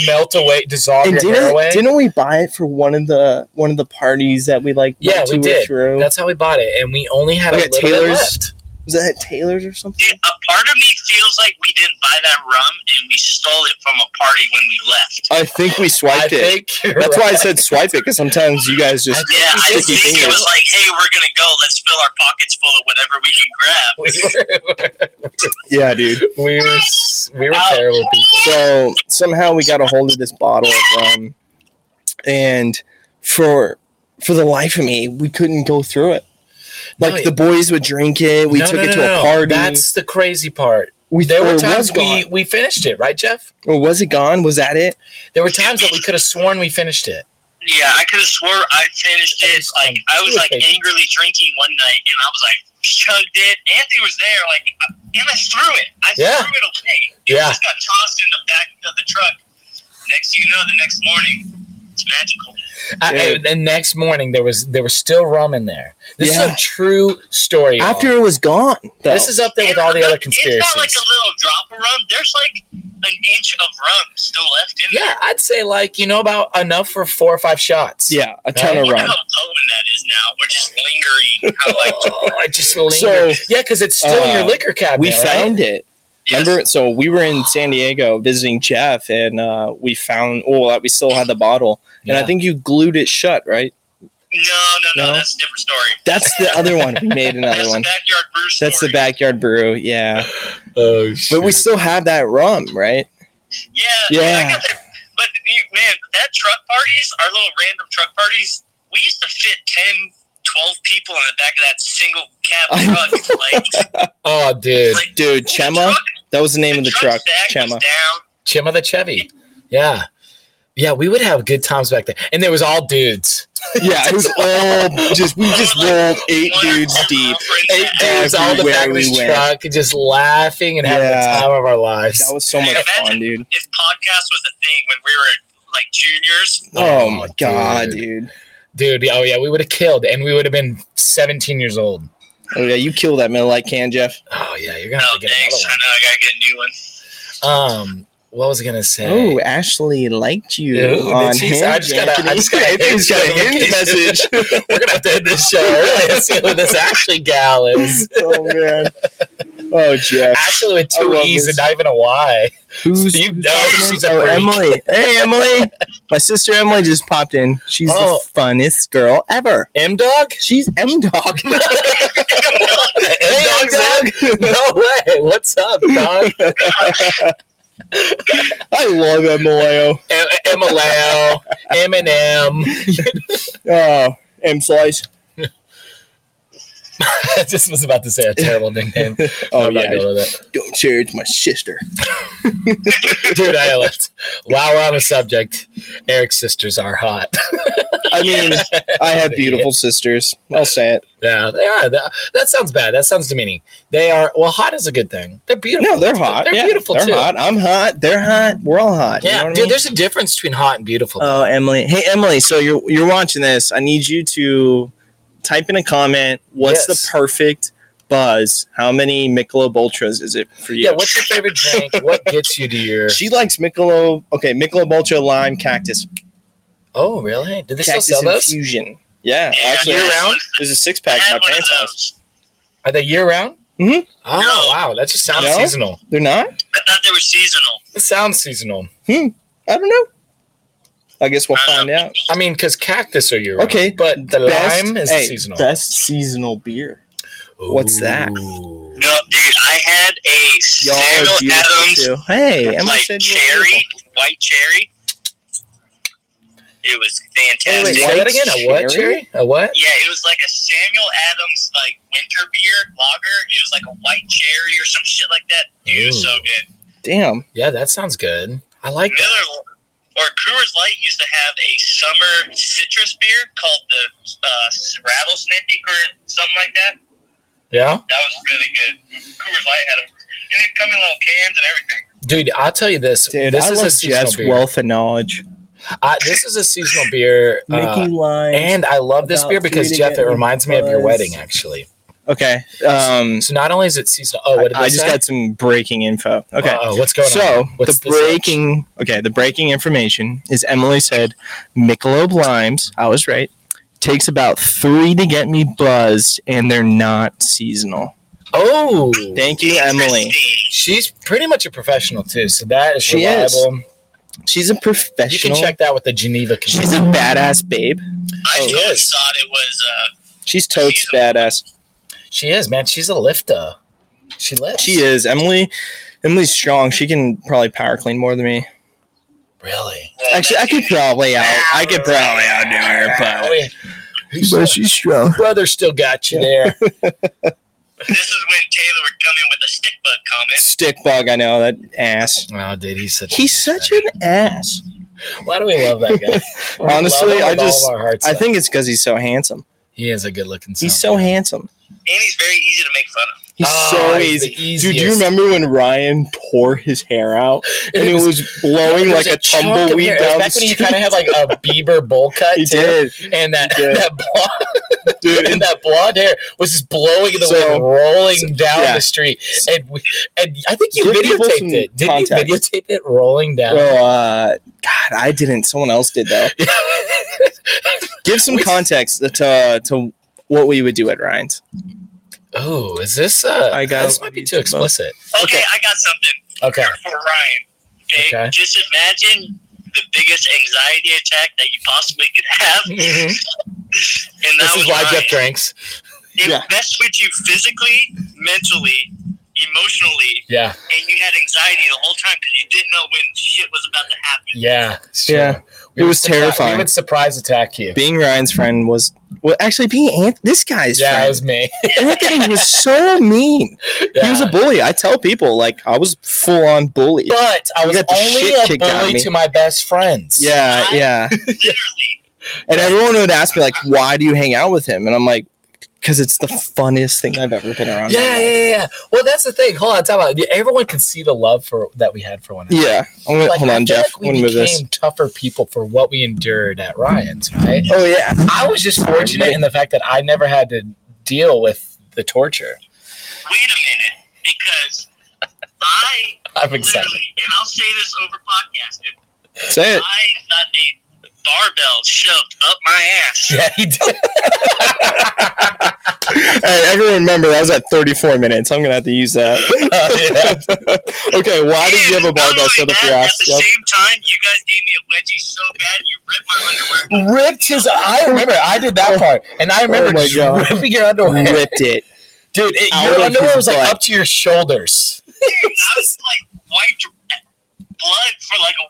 S2: melt away, dissolve
S1: and
S2: your hair away.
S1: didn't, didn't we buy it for one of the one of the parties that we like?
S2: Yeah,
S1: went
S2: we
S1: to or
S2: did.
S1: Through?
S2: That's how we bought it, and we only had a
S1: We got
S2: little bit
S1: Taylor's.
S2: left.
S1: was that at Taylor's or something?
S4: Dude, a part of me feels like we didn't buy that rum and we stole it from a party when we left.
S1: I think we
S2: I
S1: swiped it.
S2: think you're
S1: That's why I
S2: right.
S1: said swipe it because sometimes you guys just
S4: Yeah, I
S1: Sticky
S4: think it
S1: fingers.
S4: was like, hey, we're gonna go. Let's fill our pockets full of whatever we can grab.
S1: yeah, dude.
S2: we were we were, s- we were terrible people.
S1: So somehow we got a hold of this bottle of rum, and for for the life of me, we couldn't go through it. Like
S2: No,
S1: the boys would drink it. We
S2: No,
S1: took
S2: no,
S1: it to
S2: no,
S1: a
S2: no.
S1: party.
S2: That's the crazy part.
S1: we
S2: There
S1: or
S2: were
S1: it
S2: times
S1: was
S2: we,
S1: gone.
S2: we finished it, right, Jeff?
S1: or was it gone? Was that it?
S2: There were times that we could have sworn we finished it.
S4: Yeah, I could have swore I finished it. Like I was like angrily drinking one night, and I was like chugged it. Anthony was there, like, and I threw it. I
S2: Yeah.
S4: threw it away. It
S2: Yeah.
S4: just got tossed in the back of the truck. Next, thing you know, the next morning, it's magical.
S2: I, and
S1: Dude.
S2: the next morning there was there was still rum in there. This is
S1: Yeah.
S2: a true story. y'all.
S1: After it was gone. Though.
S2: this is up there with all the other conspiracies.
S4: It's not like a little drop of rum. There's like an inch of rum still left in
S2: yeah, I'd say like you know about enough for four or five shots.
S1: yeah, a ton
S4: there. I
S1: of
S4: wonder
S1: rum.
S4: how potent that is now. We're just lingering. How like
S2: Oh, I just lingered.
S1: So,
S2: yeah, because it's still in your
S1: uh,
S2: liquor cabinet.
S1: We
S2: right?
S1: found it.
S4: yes.
S1: Remember, so we were in San Diego visiting Jeff, and uh, we found well, we still had the bottle, and I
S2: Yeah.
S1: think you glued it shut, right?
S4: No, no, no,
S1: No?
S4: That's a different story.
S1: That's the other one. We made another
S4: That's
S1: one.
S4: the backyard brew story.
S1: That's the backyard brew, yeah.
S2: Oh,
S1: But we
S2: shoot.
S1: still have that rum, right?
S4: Yeah,
S1: Yeah.
S4: I got that. But you- man, that truck parties, our little random truck parties, we used to fit 10, 12 people in the back of that single cab
S1: I
S4: truck. like,
S2: Oh, dude,
S4: like
S1: Dude, Chema, that was the name of the truck,
S4: stack was
S1: Chema.
S4: down.
S2: Chima the Chevy. Yeah, yeah, we would have good times back there, and there was all dudes.
S1: Yeah, it was all just we just rolled eight dudes deep.
S2: Eight dudes all in the back of
S1: Everywhere we
S2: this
S1: went.
S2: truck, just laughing and having
S1: Yeah.
S2: the time of our lives.
S1: That was so much fun, dude.
S4: If podcast was a thing when we were like juniors,
S1: Oh my god, dude.
S2: dude. Oh yeah, we would have killed, and we would have been 17 years old.
S1: Oh yeah, you kill that middle light can, Jeff.
S2: Oh yeah, you're gonna
S4: no
S2: have to get
S4: thanks. I know I gotta get a new one.
S2: another one. Um, what was I gonna say?
S1: Oh, Ashley liked you
S2: Ooh,
S1: on
S2: did she-
S1: Hinge.
S2: I just gotta- I
S1: Anthony.
S2: just gotta-
S1: Anthony's got a Hinge message.
S2: Notification. We're gonna have to end this show early and see who this actually gal is.
S1: oh man. Oh Jeff.
S2: Actually, with
S1: I
S2: two
S1: love
S2: E's
S1: this.
S2: and not even a Y.
S1: Who's
S2: You
S1: who's
S2: know
S1: talking
S2: she's
S1: about-
S2: a
S1: oh,
S2: freak.
S1: Emily? Hey Emily. My sister Emily just popped in. She's
S2: Oh.
S1: the funnest girl ever.
S2: M Dog?
S1: She's M Dog. hey
S2: M Dog? No way. What's up, dog? E,
S1: I love Emilio.
S2: MLL, E, Eminem.
S1: Oh, M Slice.
S2: I just was about to say a terrible nickname.
S1: Oh
S2: I'm not
S1: yeah.
S2: going with it.
S1: Don't share it's my sister.
S2: Dude, I left. While we're on the subject, Eric's sisters are hot.
S1: I mean, I have beautiful sisters. I'll say it.
S2: Yeah, they are. That, that sounds bad. That sounds demeaning. They are. Well, hot is a good thing. They're beautiful.
S1: No, they're hot.
S2: They're
S1: Yeah,
S2: beautiful
S1: They're
S2: too.
S1: hot. I'm hot. They're hot. We're all hot. You
S2: Yeah,
S1: know what I
S2: dude.
S1: mean?
S2: There's a difference between hot and beautiful.
S1: Oh, Emily. Hey, Emily. So you're you're watching this. I need you to type in a comment. What's
S2: Yes.
S1: the perfect buzz? How many Michelob Ultras is it for you?
S2: yeah. What's your favorite drink? what gets you to your?
S1: she likes Michelob. Okay, Michelob Ultra Lime Cactus.
S2: Oh, really? Did they still
S1: Cactus
S2: sell those?
S1: infusion. Yeah,
S4: Yeah,
S1: actually,
S2: year round?
S1: there's a six
S4: I
S1: pack in my
S4: had one of
S1: parents' house.
S4: those.
S2: Are they year round?
S1: Mhm.
S2: Oh
S4: No.
S2: wow, that just sounds
S1: No?
S2: seasonal.
S1: They're not.
S4: I thought they were seasonal.
S2: It sounds seasonal.
S1: I don't know. I guess we'll
S4: I don't
S1: find
S4: know.
S1: out.
S2: I mean, because cactus are year round.
S1: Okay,
S2: but the
S1: Best-
S2: lime is
S1: hey,
S2: seasonal.
S1: Best seasonal beer. what's that?
S2: Ooh.
S4: No, dude, I had a
S1: Y'all are
S4: Samuel
S1: beautiful
S4: Adams
S1: too. Hey, Emily
S4: like
S1: said you were
S4: cherry,
S1: beautiful.
S4: white cherry. It was
S2: Wait,
S4: fantastic.
S2: wait, say that again. A what,
S1: Cherry?
S2: Cherry? A what?
S4: Yeah, it was like a Samuel Adams like winter beer lager. It was like a white cherry or some shit like that. Dude, it was so good.
S1: Damn.
S2: Yeah, that sounds good. I like that.
S4: Miller or Coors Light used to have a summer citrus beer called the uh, Rattlesnake or something like that.
S2: Yeah.
S4: That was really good. Coors Light had them, and they come in little cans and everything.
S2: Dude, I'll tell you this.
S1: Dude,
S2: this
S1: I
S2: is a
S1: love
S2: seasonal
S1: Jeff's
S2: beer.
S1: wealth of knowledge.
S2: I, this is a seasonal beer. uh,
S1: Mickey lines.
S2: and I love this
S1: about
S2: beer because
S1: treating
S2: Jeff,
S1: it
S2: it reminds me of your
S1: because-
S2: wedding, actually.
S1: okay. Um,
S2: So not only is it seasonal, oh, what did
S1: I, I
S2: they
S1: just
S2: say?
S1: got some breaking info. Okay.
S2: Uh-oh, what's going
S1: so
S2: on? What's
S1: the
S2: this?
S1: breaking, okay, the breaking information is Emily said Michelob limes. I was right. Takes about three to get me buzzed, and they're not seasonal.
S2: Oh,
S1: Thank you, Emily.
S4: Christine.
S2: she's pretty much a professional too. So that is
S1: She is.
S2: reliable.
S1: She's a
S2: You can
S1: professional.
S2: check that with the Geneva.
S1: She's a badass babe.
S4: I
S2: Oh,
S4: totally
S2: yes.
S4: thought it was. Uh,
S1: She's totes badass.
S2: She is, man. She's a lifter. She lifts.
S1: She is Emily. Emily's strong. She can probably power clean more than me.
S2: really.
S4: well,
S1: Actually, I could probably out. I could probably outdo her, but
S2: But
S1: she's strong.
S2: brother still got you there.
S4: This is when Taylor would come in with a stick bug comment.
S1: Stick bug, I know that ass.
S2: oh, dude, he's such. a
S1: He's
S2: good
S1: such an ass.
S2: guy. Why do we love that guy? We
S1: Honestly,
S2: love him
S1: I
S2: with all
S1: just-
S2: of our hearts
S1: I
S2: though.
S1: think it's because he's so handsome.
S2: he is a good-looking.
S1: He's
S2: son.
S1: so handsome.
S4: And he's very easy to make fun of.
S1: He's
S2: Oh,
S1: so
S2: he's
S1: easy.
S2: the
S1: Dude, do you
S2: easiest.
S1: remember when Ryan tore his hair out and it was, blowing
S2: It was
S1: like a
S2: chunk of hair.
S1: tumbleweed
S2: It was
S1: down the
S2: Back when you
S1: street?
S2: kind of had like a Bieber bowl cut,
S1: He
S2: too,
S1: did,
S2: and that
S1: He did.
S2: that blonde,
S1: dude.
S2: and that blonde hair was just blowing in the
S1: So-
S2: wind, rolling down
S1: yeah.
S2: the street, and we, and I think you
S1: Give people some
S2: videotaped it. Did you
S1: context.
S2: videotape it rolling down?
S1: Well, uh, God, I didn't. Someone else did though. Give some
S2: We-
S1: context to to what we would do at Ryan's.
S2: oh, is this? Uh,
S1: I got-
S2: this might be too explicit.
S4: Okay, I got something
S2: Okay,
S4: for Ryan. Okay?
S2: Okay.
S4: Just imagine the biggest anxiety attack that you possibly could have.
S2: Mhm.
S4: And that
S2: this
S4: was
S2: is why
S4: Ryan.
S2: Jeff drinks.
S4: It
S1: Yeah.
S4: messed with you physically, mentally, emotionally,
S2: Yeah,
S4: and you had anxiety the whole time because you didn't know when shit was about to happen.
S2: yeah, it's
S1: Yeah.
S2: true.
S1: It
S2: would
S1: was
S2: surpri-
S1: terrifying.
S2: We would surprise attack you.
S1: Being Ryan's friend was well, actually being Anth- this guy's
S2: Yeah, it
S1: friend.
S2: was me.
S1: Anthony was so mean. He was
S2: Yeah.
S1: a bully. I tell people like I was full on bully.
S2: But I
S1: You
S2: was
S1: got the
S2: only
S1: shit
S2: a
S1: kicked out of
S2: bully
S1: me.
S2: to my best friends.
S1: Yeah, yeah.
S4: Literally.
S1: And everyone would ask me like, "Why do you hang out with him?" And I'm like, "Cause it's the funnest thing I've ever been around."
S2: Yeah, yeah, yeah, yeah. Well, that's the thing. Hold on, talk about everyone can see the love for that we had for one another.
S1: yeah. I'm gonna,
S2: Like,
S1: hold
S2: I
S1: on,
S2: feel
S1: Jeff.
S2: like
S1: I'm
S2: we
S1: gonna move this.
S2: became tougher people for what we endured at Ryan's. Right?
S1: Oh yeah.
S2: I was just fortunate in the fact that I never had to deal with the torture.
S4: Wait a minute, because I
S5: I'm excited.
S4: literally, and I'll say this over podcast, dude,
S1: Say
S4: I
S1: it.
S4: got a barbell shoved up my ass.
S5: Yeah, he did.
S1: Hey, everyone remember that was at 34 minutes. I'm gonna have to use that. okay, why did you have a
S4: And
S1: barbell
S4: not
S1: set
S4: only
S1: up your
S4: that,
S1: ass?
S4: At the
S1: Yep.
S4: same time, you guys gave me a wedgie so bad you ripped my underwear.
S2: ripped his. I remember I did that part, and I remember
S1: Oh my
S2: just
S1: God.
S2: ripping your underwear,
S1: Ripped it.
S2: dude. It,
S1: Out of
S2: your underwear
S1: his
S2: was like
S1: butt.
S2: up to your shoulders.
S4: I was like wiped blood for like a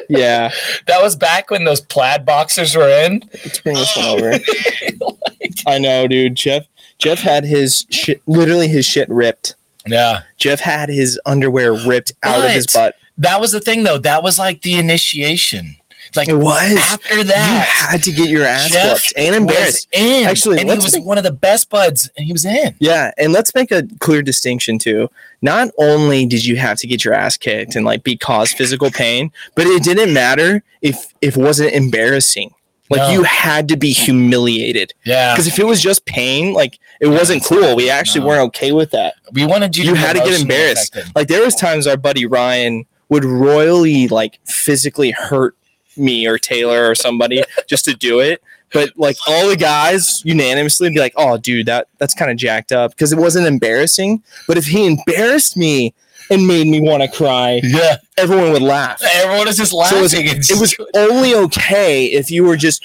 S4: week.
S1: Yeah.
S2: That was back when those plaid boxers were in.
S1: Let's bring this one
S4: Oh,
S1: over. I know, dude. Jeff. Jeff had his shit, literally his shit ripped.
S2: Yeah,
S1: Jeff had his underwear ripped out of his
S2: But
S1: butt.
S2: that was the thing though. That was like the initiation. Like
S1: It was.
S2: after
S1: You
S2: that.
S1: had to get your ass
S2: Jeff
S1: whooped and
S2: was
S1: embarrassed.
S2: in.
S1: Actually,
S2: and he
S1: let's
S2: was
S1: make-
S2: one of the best buds, and he was in.
S1: Yeah, and let's make a clear distinction too. Not only did you have to get your ass kicked and like be caused physical pain, but it didn't matter if if it wasn't embarrassing. Like
S2: No.
S1: you had to be humiliated
S2: Yeah,
S1: because if it was just pain, like it wasn't cool. We actually
S2: No.
S1: weren't okay with that.
S2: we wanted you.
S1: you
S2: to be
S1: had to get
S2: emotionally
S1: embarrassed.
S2: affected.
S1: Like there was times our buddy Ryan would royally like physically hurt me or Taylor or somebody just to do it. But like all the guys unanimously be like, "Oh, dude, that that's kind of jacked up" because it wasn't embarrassing. But if he embarrassed me and made me want to cry,
S2: Yeah,
S1: everyone would laugh.
S2: everyone was just laughing.
S1: it was-
S2: and
S1: It was only okay if you were just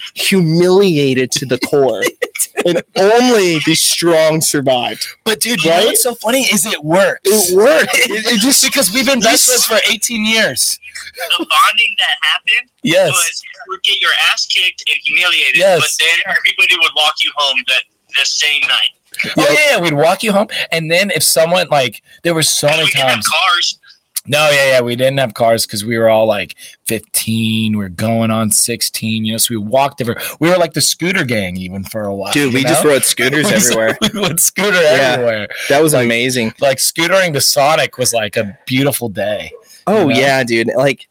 S1: humiliated to the core, and only the strong survived.
S2: But dude, you know
S1: Right?
S2: what's so funny is it works.
S1: It worked.
S2: It- it just because we've been best friends for 18 years. Oh,
S4: the bonding that happened
S2: Yes.
S4: was you would get your ass kicked and humiliated,
S2: Yes.
S4: but then everybody would walk you home that the same night.
S2: Oh, yeah, yeah, we'd walk you home. And then if someone, like, there were so
S4: we
S2: many
S4: didn't have
S2: times.
S4: cars.
S2: No, yeah, yeah, we didn't have cars because we were all like 15. We are going on 16, you know, so we walked everywhere. We were like the scooter gang even for a while.
S1: Dude,
S2: you
S1: we just
S2: know?
S1: rode scooters everywhere.
S2: we would scooter
S1: Yeah.
S2: everywhere.
S1: That was amazing.
S2: Like, scootering to Sonic was like a beautiful day.
S1: Oh
S2: know?
S1: yeah, dude. Like,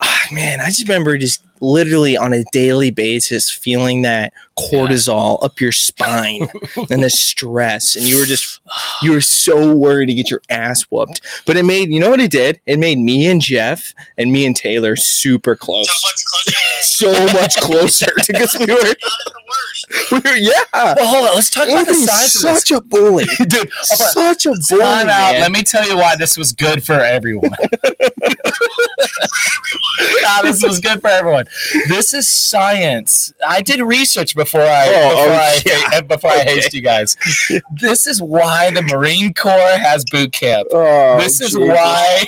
S1: ah, man, I just remember just literally on a daily basis feeling that cortisol up your spine and the stress, and you were just you were so worried to get your ass whooped. But it made you know what it did? It made me and Jeff and me and Taylor super
S4: So
S1: close,
S4: what's closer?
S1: so much closer because we were,
S4: Not the worst.
S1: we were yeah.
S2: Well, hold on. Let's talk about the
S1: Anthony's
S2: size of this.
S1: such a bully,
S2: Dude, hold on.
S1: such a bully.
S2: Time out.
S1: man.
S2: Let me tell you why this was good for everyone. Ah, this was good for everyone. This is science. I did research before I
S1: Oh,
S2: before,
S1: oh,
S2: I,
S1: yeah.
S2: before I hazed you guys. This is why the Marine Corps has boot camp.
S1: Oh,
S2: this is
S1: Jesus.
S2: why.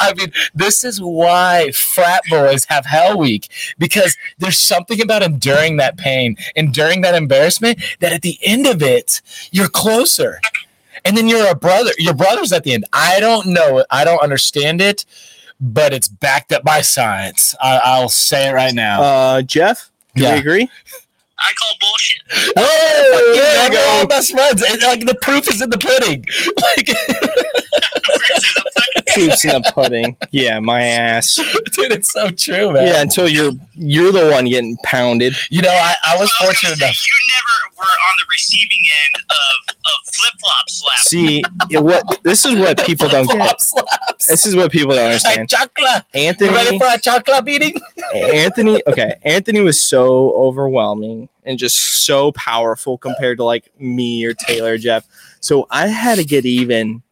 S2: I mean, this is why frat boys have Hell Week because there's something about enduring that pain, enduring that embarrassment, that at the end of it, you're closer. And then you're a brother. Your brother's at the end. I don't know it. I don't understand it, but it's backed up by science. I, I'll say it right now.
S1: Uh, Jeff, do
S2: Yeah.
S1: we agree?
S4: I call bullshit.
S2: Whoa,
S1: there
S2: yeah,
S1: you
S2: we're
S1: go.
S2: all best friends. And, like the proof is in the pudding. Like,
S1: Proof's in the pudding. Yeah, my ass.
S2: dude, it's so true, man.
S1: Yeah, until you're you're the one getting pounded.
S2: You know, I, I was
S4: Well, I was gonna
S2: fortunate
S4: say,
S2: enough.
S4: You never were on the receiving end of, of flip flop slap.
S1: See it- what this is what people
S2: Oh,
S1: don't get.
S2: Flip-flop slaps.
S1: This is what people don't
S2: Like
S1: understand.
S2: chocolate. You ready
S1: Anthony
S2: for a chocolate beating?
S1: Anthony okay, Anthony was so overwhelming and just so powerful compared to like me or Taylor or Jeff. So I had to get even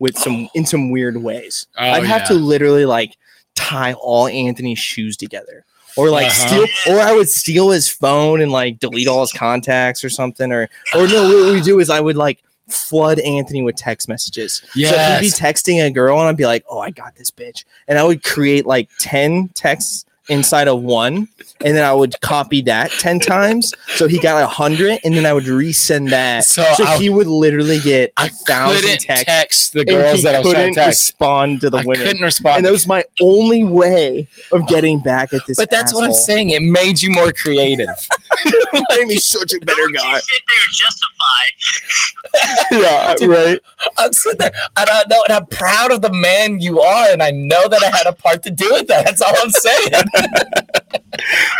S1: with some in some weird ways.
S2: Oh,
S1: I'd have to literally like tie all Anthony's shoes together. Or like
S2: Uh-huh.
S1: steal or I would steal his phone and like delete all his contacts or something. Or or no, what we do is I would like flood Anthony with text messages. So he'd be
S2: Yes.
S1: texting a girl and I'd be like, Oh, I got this bitch. And I would create like 10 texts inside of one, and then I would copy that 10 times. So he got a hundred, and then I would resend that.
S2: So,
S1: So
S2: I,
S1: he would literally get a
S2: I
S1: thousand
S2: couldn't
S1: texts.
S2: text the
S1: and
S2: girls
S1: he
S2: that I was trying
S1: couldn't
S2: to text.
S1: respond to the
S2: I
S1: women
S2: couldn't respond.
S1: and that was my only way of getting back at this.
S2: but that's what I'm
S1: asshole.
S2: saying. It made you more creative.
S1: Made me such a better
S4: Don't you sit there and justify
S1: yeah, right.
S2: I'm sitting there, and I know, and I'm proud of the man you are, and I know that I had a part to do with that. That's all I'm saying.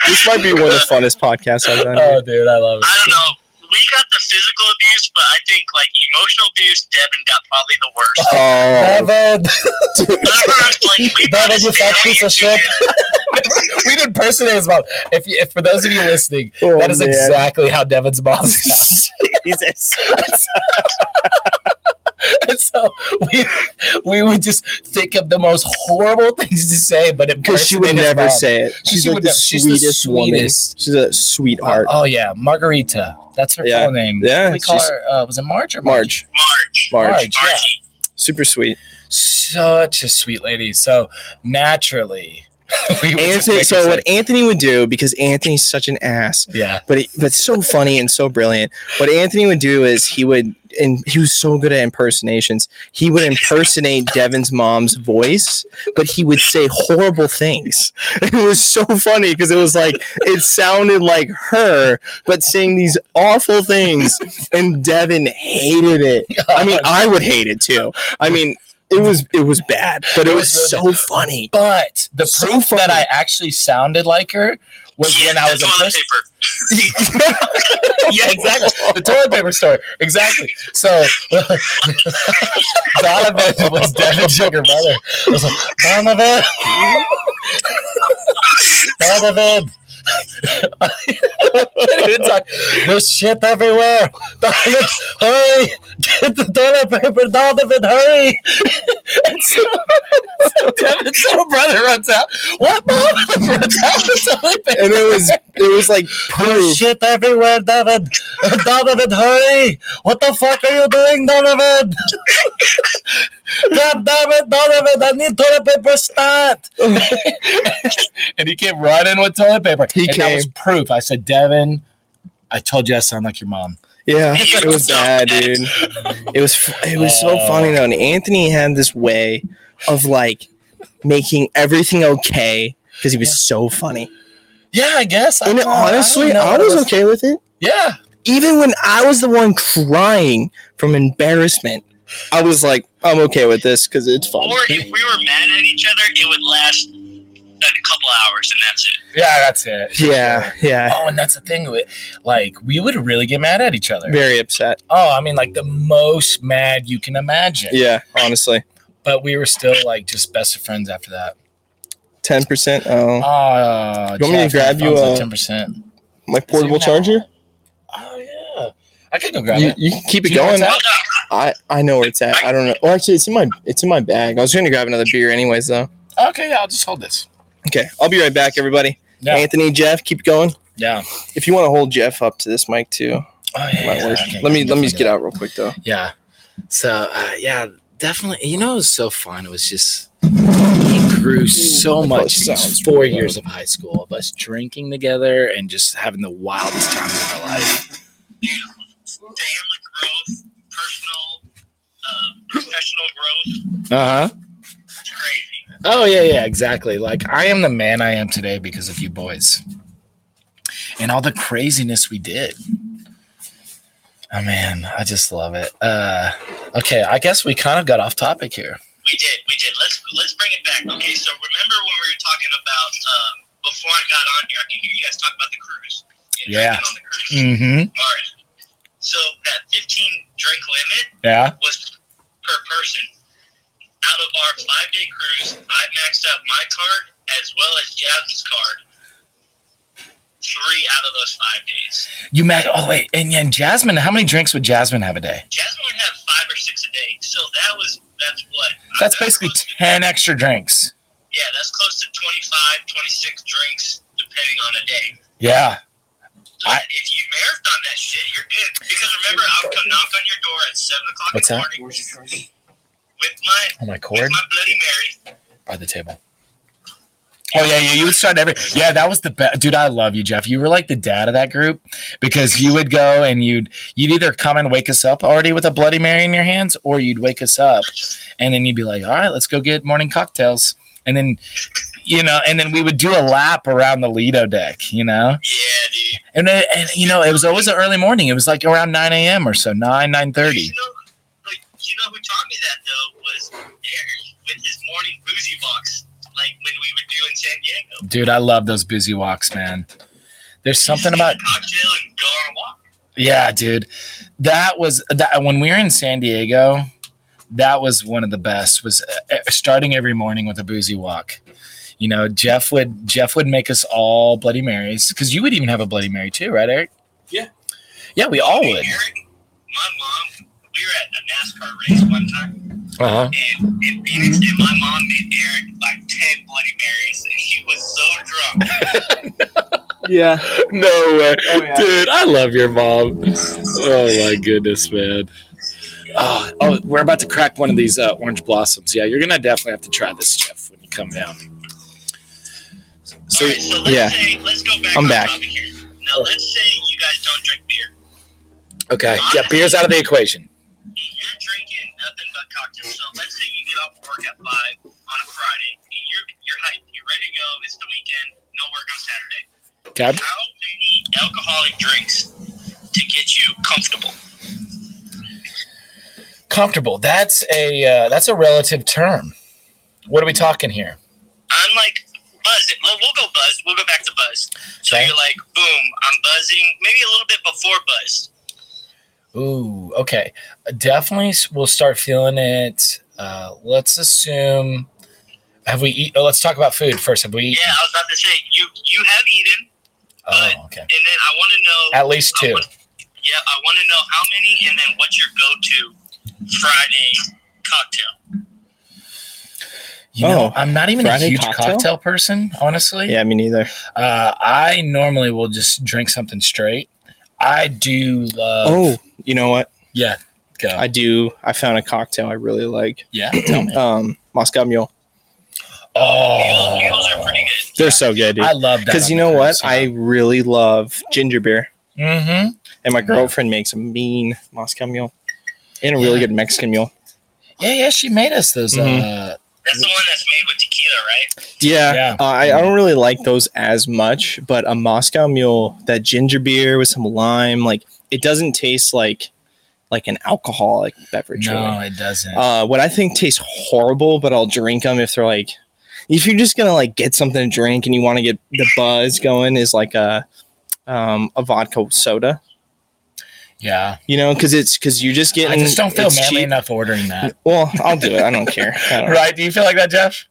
S1: This might be one of the funnest podcasts I've done.
S2: oh, dude, I love
S4: I
S2: it.
S4: don't know. we got the physical abuse, but I think like emotional abuse, Devin got probably the worst.
S1: Oh,
S2: Devin, Devin,
S4: Devin,
S2: you fat piece of shit. we did personators mom. If, you, if for those of you listening,
S1: oh,
S2: that is exactly how Devin's mom sounds.
S1: Jesus.
S2: And so we we would just think of the most horrible things to say, but it
S1: Because she would
S2: personated
S1: never
S2: mom.
S1: say it. She's
S2: She
S1: like
S2: would
S1: the
S2: never- she's the
S1: sweetest, woman.
S2: sweetest.
S1: She's a sweetheart.
S2: Oh yeah, Margarita. That's her
S1: Yeah.
S2: full name.
S1: Yeah,
S2: we call
S1: she's-
S2: her. Uh, was it Marge or
S1: Marge.
S4: March.
S1: Marge.
S2: Marge. Yeah.
S4: Margie.
S1: Super sweet.
S2: Such a sweet lady. So naturally, we would just
S1: Anthony,
S2: make
S1: so
S2: mistakes.
S1: what Anthony would do, because Anthony's such an ass,
S2: Yeah.
S1: but he, but so funny and so brilliant. What Anthony would do is he would, and he was so good at impersonations. He would impersonate Devin's mom's voice, but he would say horrible things. It was so funny because it was like it sounded like her, but saying these awful things, and Devin hated it. I mean, I would hate it too. I mean, it was it was bad, but it was so funny.
S2: But the
S1: So
S2: proof that
S1: funny.
S2: I actually sounded like her was when I was a
S4: Yeah, toilet
S2: person.
S4: paper.
S2: yeah, exactly. The toilet paper story. Exactly. So Donovan was Devin's younger brother. I was like, Donovan. Donovan. it's like, there's shit everywhere. Donovan, hurry! Get the toilet paper, Donovan, hurry! And so, so Devin's little brother runs out. What, mom? Runs out the toilet paper.
S1: and it was it was like
S2: There's
S1: proof.
S2: shit everywhere, David. Uh, David, hurry! What the fuck are you doing, Donovan? God damn it, Donovan! I need toilet paper stat. and he came right in with toilet paper.
S1: He
S2: and that was
S1: came.
S2: proof. I said, Devin, I told you I sound like your mom.
S1: Yeah, it was bad, dude. It was f- it was so
S2: Oh.
S1: funny though. And Anthony had this way of like making everything okay because he was so funny.
S2: Yeah, I guess.
S1: And
S2: don't- don't
S1: honestly,
S2: know.
S1: I was okay with it.
S2: Yeah,
S1: Even when I was the one crying from embarrassment, I was like, I'm okay with this because it's fun.
S4: Or if we were mad at each other, it would last a couple hours, and that's it.
S2: yeah, that's it.
S1: Yeah, yeah.
S2: Oh, and that's the thing with like we would really get mad at each other.
S1: Very upset.
S2: Oh, I mean, like the most mad you can imagine.
S1: Yeah, honestly.
S2: but we were still like just best of friends after that.
S1: 10%. Oh,
S6: Ah,
S2: Uh,
S1: You want me to grab you a-
S2: ten percent?
S1: my portable charger?
S2: Oh yeah, I could go grab
S1: You,
S2: it.
S1: you can keep
S2: Do
S1: it
S2: you know where
S1: going.
S2: it's at?
S4: Hold on.
S1: I I know where it's at. I don't know. Well, actually, it's in my it's in my bag. I was going to grab another beer anyways, though.
S6: Oh,
S2: Okay, yeah, I'll just hold this.
S1: Okay, I'll be right back, everybody.
S2: Yeah.
S1: Anthony, Jeff, keep going.
S2: Yeah.
S6: Oh,
S1: If you want to hold Jeff up to this mic too,
S2: Oh, yeah,
S1: might
S2: yeah,
S1: work.
S2: okay,
S1: let me let me
S2: definitely
S1: just get out real quick though.
S6: Yeah. So uh, yeah, definitely. You know, it was so fun. It was just he grew so
S1: that
S6: much. in
S1: sounds
S6: these Four
S1: really
S6: years of high school of us drinking together and just having the wildest time of our life.
S4: Family growth, personal, uh, professional growth.
S1: Uh-huh.
S6: Uh huh.
S4: It's crazy.
S6: Oh yeah, yeah, exactly. Like
S2: do that. I am the man I am today because of you boys, and all the craziness we did. Oh man, I just love it. Uh, okay, I guess we kind of got off topic here.
S4: We did, we did. Let's let's bring it back. Okay, so remember when we were talking about um, before I got on here? I can hear you guys talk about the cruise. and
S2: Yeah.
S4: drinking On the cruise.
S2: Mm-hmm.
S4: All right. So that 15 drink limit
S2: Yeah.
S4: was per person. Out of our five day cruise, I maxed out my card as well as Jasmine's card. Three out of those five days.
S2: You met. Oh wait, and, and Jasmine. How many drinks would Jasmine have a day?
S4: Jasmine would have five or six a day, so that was that's what.
S2: That's basically
S4: close to-
S2: 10 extra drinks.
S4: yeah, that's close to 25, 26 drinks depending on a day.
S2: Yeah.
S4: So
S2: I-
S4: if you marathon that shit, you're good. Because remember, I would come knock on your door at seven o'clock
S2: What's
S4: in the
S2: that?
S4: morning with my
S2: On my
S4: with
S2: cord
S4: my Bloody Mary.
S2: by the table. Oh yeah, yeah. You would start every. Yeah, that was the best, dude. I love you, Jeff. You were like the dad of that group because you would go and you'd you'd either come and wake us up already with a Bloody Mary in your hands, or you'd wake us up, and then you'd be like, "All right, let's go get morning cocktails," and then. You know, and then we would do a lap around the Lido deck, you know?
S4: Yeah, dude.
S2: And, then- and you know, it was always an early morning. It was like around 9 a.m. or so, 9, 9.30.
S4: You know, like, you know who taught me that though was Eric with his morning boozy box, like when we would do in San Diego.
S2: Dude, I love those busy walks, man. There's something about
S4: cocktail and go on a walk.
S2: Yeah, dude. That was that when we were in San Diego, that was one of the best was uh, starting every morning with a boozy walk. You know, Jeff would Jeff would make us all Bloody Marys cuz you would even have a Bloody Mary too, right, Eric?
S7: Yeah.
S2: Yeah, we all
S4: Hey,
S2: would.
S4: Eric, my mom, we were at a NASCAR race one time
S2: Uh-huh.
S4: in, in
S1: Mm-hmm.
S4: Phoenix, and my mom made Eric like 10 Bloody Marys, and she was so drunk.
S7: Yeah.
S8: No way.
S7: Oh, yeah.
S8: Dude, I love your mom. Oh my goodness, man. Oh, oh, we're about to crack one of these uh, orange blossoms. Yeah, you're gonna definitely have to try this, Jeff, when you come down. So
S4: All right, so let's
S1: yeah.
S4: say, let's go back
S1: I'm
S4: on
S1: back.
S4: topic here. Now, let's say you guys don't drink beer.
S8: okay, yeah, beer's out of the equation.
S4: You're drinking nothing but cocktails. So let's say you get off work at 5 on a Friday, and you're, you're hyped, you're ready to go, it's the weekend, no work on Saturday.
S8: Okay,
S4: How many alcoholic drinks to get you comfortable?
S2: Comfortable. That's a uh, that's a relative term. What are we talking here?
S4: I'm like buzzing. Well, we'll go buzz. We'll go back to buzz. So
S2: Okay.
S4: you're like, boom, I'm buzzing. Maybe a little bit before buzz.
S2: Ooh, okay. Definitely s- we'll start feeling it. Uh, let's assume. Have we eat? Oh, let's talk about food first. Have we eaten?
S4: Yeah, I was about to say you you have eaten,
S2: Oh, okay.
S4: and then I want to know.
S2: At least
S4: I
S2: two.
S4: wanna- yeah, I want to know how many, and then what's your go-to Friday cocktail?
S2: You know,
S1: Oh,
S2: I'm not even
S1: Friday
S2: a huge
S1: cocktail?
S2: cocktail, person, honestly.
S1: Yeah, me neither.
S2: Uh, I normally will just drink something straight. I do love.
S1: Oh, you know what?
S2: yeah. Go.
S1: I do. I found a cocktail I really like.
S2: yeah. Oh. Tell me.
S1: Um, Moscow Mule.
S2: Oh,
S4: Mules are pretty good.
S1: They're so good, dude.
S2: I love that.
S1: Because you know what? I really love ginger beer,
S2: Mm-hmm.
S1: and my girlfriend makes a mean Moscow Mule and a really
S2: Yeah.
S1: good Mexican Mule.
S2: Yeah, yeah. She made us those. Uh,
S4: That's the one that's made with tequila, right?
S1: Yeah,
S2: Yeah.
S1: Uh, I, I don't really like those as much, but a Moscow Mule, that ginger beer with some lime, like it doesn't taste like like an alcoholic beverage.
S2: no,
S1: really.
S2: it doesn't.
S1: Uh, what I think tastes horrible, but I'll drink them if they're like, if you're just gonna like get something to drink and you want to get the buzz going, is like a um a vodka soda,
S2: yeah.
S1: you know, because it's because you're just getting.
S2: I just don't feel
S1: it's
S2: manly
S1: cheap.
S2: enough ordering that.
S1: Well, I'll do it. I don't care. I don't
S2: right? Do you feel like that, Jeff?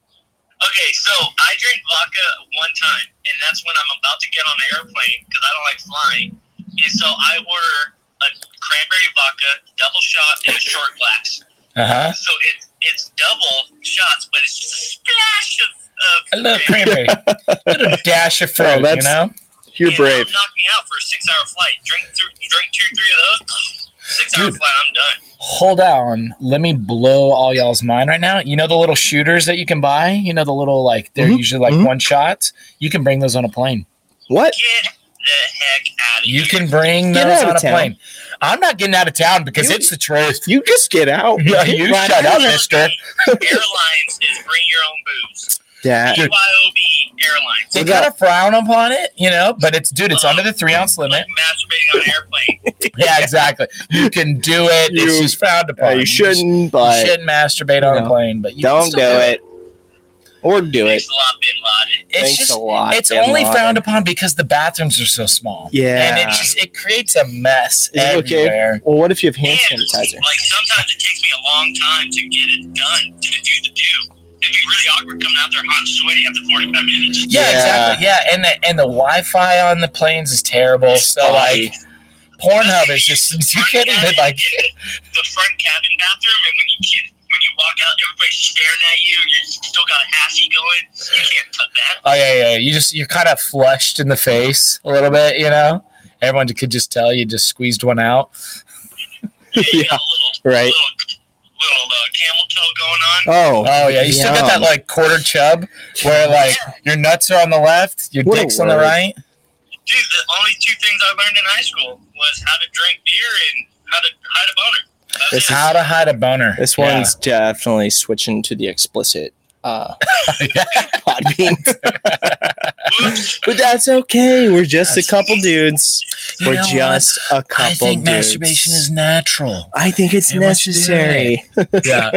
S4: Okay, so I drink vodka one time, and that's when I'm about to get on an airplane because I don't like flying. And so I order a cranberry vodka, double shot, and a short glass.
S2: Uh huh.
S4: So it's it's double shots, but it's just a splash of. of
S2: A little cranberry, a little dash of fruit.
S1: Oh,
S2: you
S1: that's-
S2: know.
S1: You're
S4: and
S1: brave.
S4: that'll Knock me out for a six-hour flight. Drink through, drink two, three of those. Six-hour
S2: Dude.
S4: flight, I'm done.
S2: Hold on. Let me blow all y'all's mind right now. You know the little shooters that you can buy? You know the little like they're
S1: Mhm,
S2: usually like
S1: mhm.
S2: one shots. You can bring those on a plane.
S1: What?
S4: Get the heck out of
S2: You
S4: here.
S2: can bring
S1: Get
S2: those
S1: out of
S2: on a
S1: town.
S2: plane. I'm not getting out of town because
S1: You-
S2: it's the truth.
S1: You just get out.
S2: Yeah, you
S1: Right.
S2: shut up, mister.
S4: Airlines is bring your own booze.
S1: Yeah.
S4: BYOB Airlines.
S2: They
S1: What about-
S2: kind of frown upon it, you know, but it's dude, it's under the three ounce limit.
S4: Like masturbating on an airplane.
S2: Yeah, exactly. You can do it. it's
S1: You-
S2: just frowned upon.
S1: Uh, you
S2: just-
S1: shouldn't,
S2: You
S1: but
S2: shouldn't masturbate on
S1: No.
S2: a plane, but you can
S1: don't do
S2: still
S1: it. Or do it.
S4: Thanks a lot, Bin Laden.
S2: It's
S1: Thanks
S2: just
S1: a lot.
S2: it's
S1: Bin
S2: only
S1: Laden.
S2: frowned upon because the bathrooms are so small.
S1: Yeah.
S2: and it just it creates a mess
S1: Is it okay?
S2: everywhere.
S1: Well, what if you have hand
S4: And,
S1: sanitizer?
S4: Like sometimes it takes me a long time to get it done to do the do. It'd be really awkward coming out there hot and sweaty after 45 minutes.
S2: Yeah,
S1: Yeah.
S2: exactly. Yeah, and the and the Wi-Fi on the planes is terrible. So
S1: Spotty.
S2: like, Pornhub is just you can't even like.
S4: the front cabin bathroom, and when you get, when you walk out, everybody's staring at you. You still got a assy going. You can't put that.
S2: Oh yeah, yeah. You just you're kind of flushed in the face a little bit. You know, everyone could just tell you just squeezed one out.
S4: You got a little,
S1: Right.
S4: little, little uh, camel toe going on.
S1: Oh.
S2: Oh yeah, you still got that
S1: yum.
S2: like quarter chub where like your nuts are on the left, your
S1: What a
S2: dick's on the
S1: word.
S2: right.
S4: Dude, the only two things I learned in high school was how to drink beer and how to hide a boner. That's
S1: This
S4: it.
S2: How to hide a boner.
S1: This
S2: Yeah.
S1: one's definitely switching to the explicit uh,
S2: Yeah.
S1: podbean.
S4: Whoops.
S1: but that's okay. We're just
S2: That's-
S1: a couple dudes.
S2: You
S1: We're
S2: know what?
S1: just a couple
S2: I think
S1: dudes.
S2: masturbation is natural.
S1: I think it's
S2: Hey, what you
S1: necessary.
S2: yeah.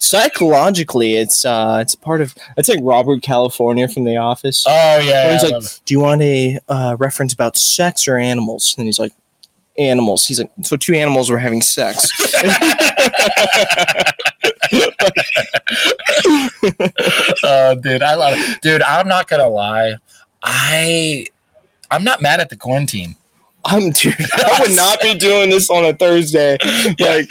S1: Psychologically, it's uh, it's part of. It's like Robert California from The Office.
S2: Oh
S1: Where
S2: yeah.
S1: he's
S2: I
S1: like,
S2: love it.
S1: "Do you want a uh, reference about sex or animals?" And he's like, animals. He's like, so two animals were having sex.
S2: Oh, dude, I love it. Dude, I'm not gonna lie. I I'm not mad at the quarantine.
S1: I'm dude. I would not be doing this on a Thursday, like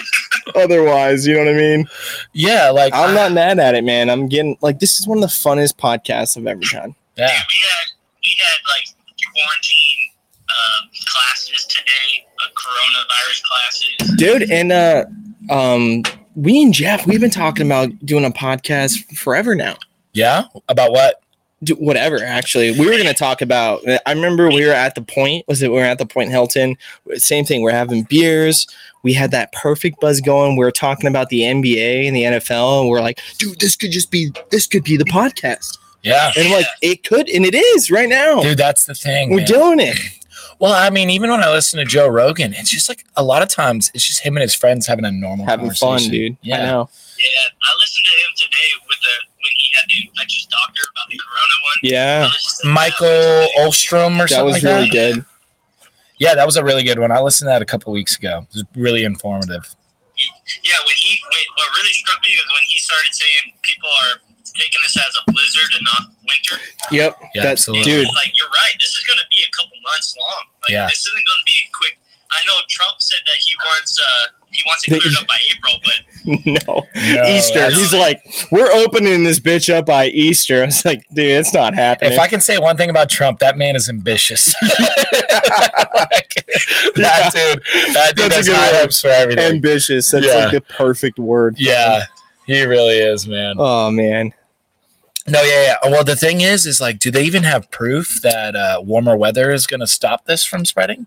S1: otherwise. You know what I mean?
S2: Yeah, like
S1: I'm not mad at it, man. I'm getting like this is one of the funnest podcasts I've ever done.
S2: Yeah.
S4: We had we had like quarantine uh, classes today, uh, coronavirus classes.
S1: dude and uh um we and jeff we've been talking about doing a podcast forever now
S2: Yeah? About what?
S1: Do whatever actually we were going to talk about i remember we were at the point was it we were at the point in hilton same thing we're having beers we had that perfect buzz going we were talking about the nba and the nfl and we're like dude this could just be this could be the podcast
S2: Yeah.
S1: and like it could and it is right now
S2: Dude, that's the thing.
S1: we're
S2: man.
S1: doing it
S2: well, I mean, even when I listen to Joe Rogan, it's just like a lot of times it's just him and his friends having a normal
S1: having fun
S2: conversation.
S1: dude i
S2: Yeah.
S1: know
S4: Yeah, I listened to him today with the when he had the infectious doctor about the corona one.
S1: yeah
S4: I listened to that
S2: Michael
S4: one today.
S2: Olstrom or
S1: that
S2: something
S1: was
S2: like
S1: really
S2: that.
S1: good
S2: Yeah, that was a really good one. I listened to that a couple weeks ago. It was really informative.
S4: Yeah, when he when, what really struck me was when he started saying people are taking this as a blizzard and not winter.
S1: yep
S2: Yeah,
S1: That-
S2: absolutely.
S1: dude
S4: It's like you're right. This is going to be a couple months long. Like,
S2: Yeah.
S4: This isn't going to be quick. I know Trump said that he wants uh he wants it cleared up by April, but
S1: no
S2: No,
S1: Easter.
S2: that's-
S1: He's like, we're opening this bitch up by Easter. I was like, dude, it's not happening.
S2: If I can say one thing about Trump, that man is ambitious. Like, that dude, that dude
S1: That's a
S2: has
S1: good
S2: high
S1: word.
S2: hopes for everything.
S1: Ambitious. That's
S2: Yeah.
S1: like the perfect word.
S2: yeah, he really is, man.
S1: Oh man.
S2: No, yeah, yeah. Well, the thing is, is like, do they even have proof that uh, warmer weather is going to stop this from spreading?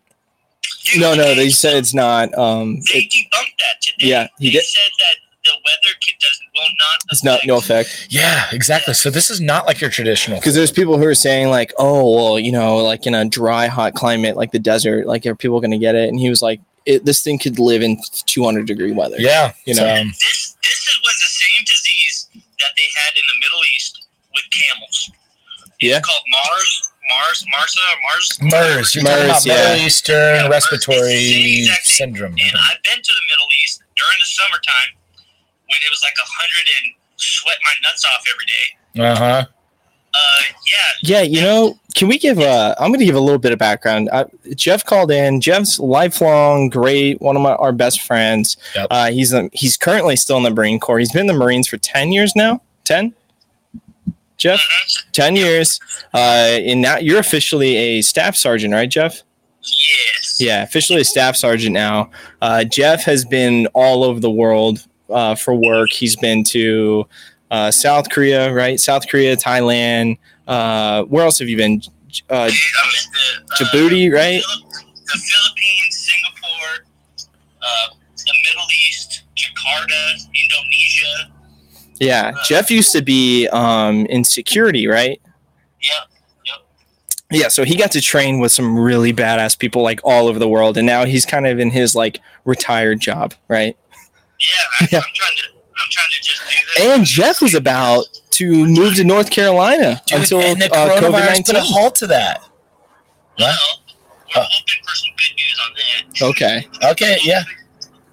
S4: dude,
S1: No, no,
S4: they
S1: they said it's not. Um,
S4: they
S1: it-
S4: debunked that today.
S1: yeah, he
S4: He
S1: did.
S4: said that the weather could, does will not.
S1: It's not no effect
S2: Yeah, exactly. So this is not like your traditional.
S1: because there's people who are saying like, oh, well, you know, like in a dry, hot climate like the desert, like are people going to get it? And he was like, it, this thing could live in 200 degree weather.
S2: Yeah,
S1: You know.
S2: so-
S4: This this is, was the same disease that they had in the Middle East with camels.
S1: Yeah.
S4: It's called Mars Mars Marsa or Mars.
S2: MERS. You're talking
S1: MERS,
S2: about
S1: yeah.
S2: Middle Eastern
S4: Yeah,
S2: respiratory
S4: MERS, exactly.
S2: syndrome.
S4: And I've been to the Middle East during the summertime when it was like a hundred and sweat my nuts off every day.
S2: Uh huh.
S4: Uh, yeah,
S1: Yeah, you know, can we give a? I'm going to give a little bit of background. Uh, Jeff called in. Jeff's lifelong great, one of my, our best friends.
S2: Yep.
S1: Uh, he's um, he's currently still in the Marine Corps. He's been in the Marines for ten years now. Ten. Jeff, ten years. Uh, and now you're officially a staff sergeant, right, Jeff?
S4: yes.
S1: Yeah, officially a staff sergeant now. Uh, Jeff has been all over the world uh, for work. He's been to uh, South Korea, right? South Korea, Thailand. Uh, where else have you been? J- Uh,
S4: I'm in the, uh,
S1: Djibouti, right?
S4: Philip- The Philippines, Singapore, uh, the Middle East, Jakarta, Indonesia.
S1: Yeah. Jeff used to be um, in security, right?
S4: Yeah,
S1: Yeah. So he got to train with some really badass people like all over the world. And now he's kind of in his like retired job, right?
S4: yeah. I, I'm trying to. I'm trying to just do this.
S1: And Jeff was about to move to North Carolina
S2: Dude,
S1: until
S2: and the
S1: uh, COVID
S2: coronavirus put a
S1: 19.
S2: halt to that.
S4: well, we're
S2: Uh.
S4: hoping for some good news on that.
S1: Okay.
S2: Okay, yeah.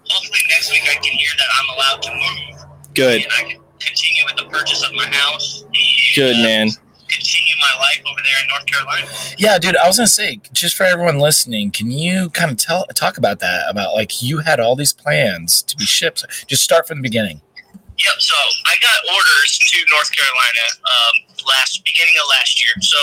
S4: Hopefully next week I can hear that I'm allowed to move.
S1: Good.
S4: And I can continue with the purchase of my house. and,
S1: Good
S4: uh,
S1: man.
S4: Continue my life over there in North Carolina.
S2: Yeah, dude, I was gonna say, just for everyone listening, can you kind of tell talk about that? About like you had all these plans to be shipped. Just start from the beginning.
S4: Yep. So I got orders to North Carolina um, last beginning of last year. So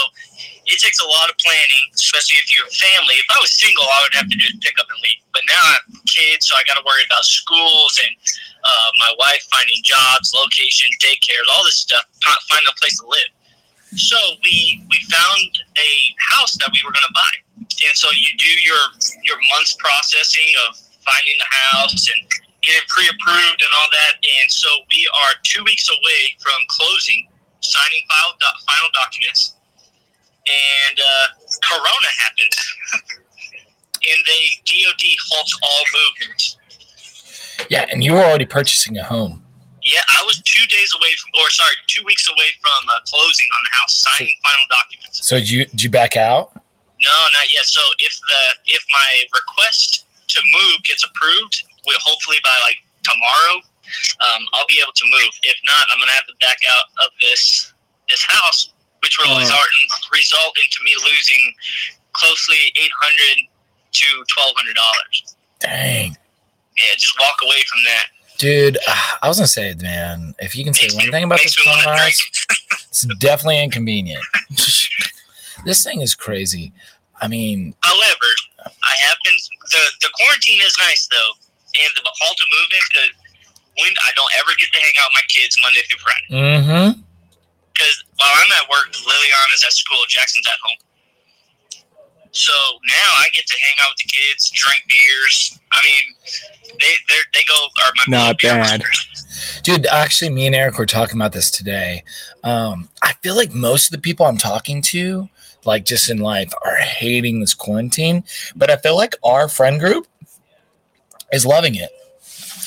S4: it takes a lot of planning, especially if you're a family. If I was single, all I would have to do is pick up and leave. But now I have kids, so I got to worry about schools and uh, my wife finding jobs, locations, daycares, all this stuff. fi- Finding a place to live. So we we found a house that we were going to buy, and so you do your your months processing of finding the house and get it pre-approved and all that. And so we are two weeks away from closing, signing file do- final documents, and uh, Corona happens, and they DoD halts all movements.
S2: Yeah, and you were already purchasing a home.
S4: Yeah, I was two days away from, or sorry, two weeks away from uh, closing on the house, signing final documents.
S2: So did you did you back out?
S4: No, not yet. So if the if my request to move gets approved, will hopefully by like tomorrow, um, I'll be able to move. If not, I'm gonna have to back out of this this house, which will
S1: Oh.
S4: result in, result into me losing closely 800 to 1200 dollars.
S2: Dang.
S4: Yeah, just walk away from that.
S2: Dude, ah, I was gonna say, man, if you can say
S4: Makes
S2: one
S4: me-
S2: thing about
S4: makes
S2: this
S4: me wanna
S2: coronavirus,
S4: drink.
S2: it's definitely inconvenient. this thing is crazy. I mean,
S4: However, I have been the the quarantine is nice though, and the halt of movement because when I don't ever get to hang out with my kids Monday through Friday
S2: mm-hmm.
S4: because while I'm at work, Liliana is at school, Jackson's at home. So now I get to hang out with the kids, drink beers. I mean, they they're- they go or my
S1: Not
S4: beer
S1: bad.
S4: monsters.
S2: dude, actually, me and Eric were talking about this today. Um, I feel like most of the people I'm talking to, like just in life, are hating this quarantine, but I feel like our friend group is loving it.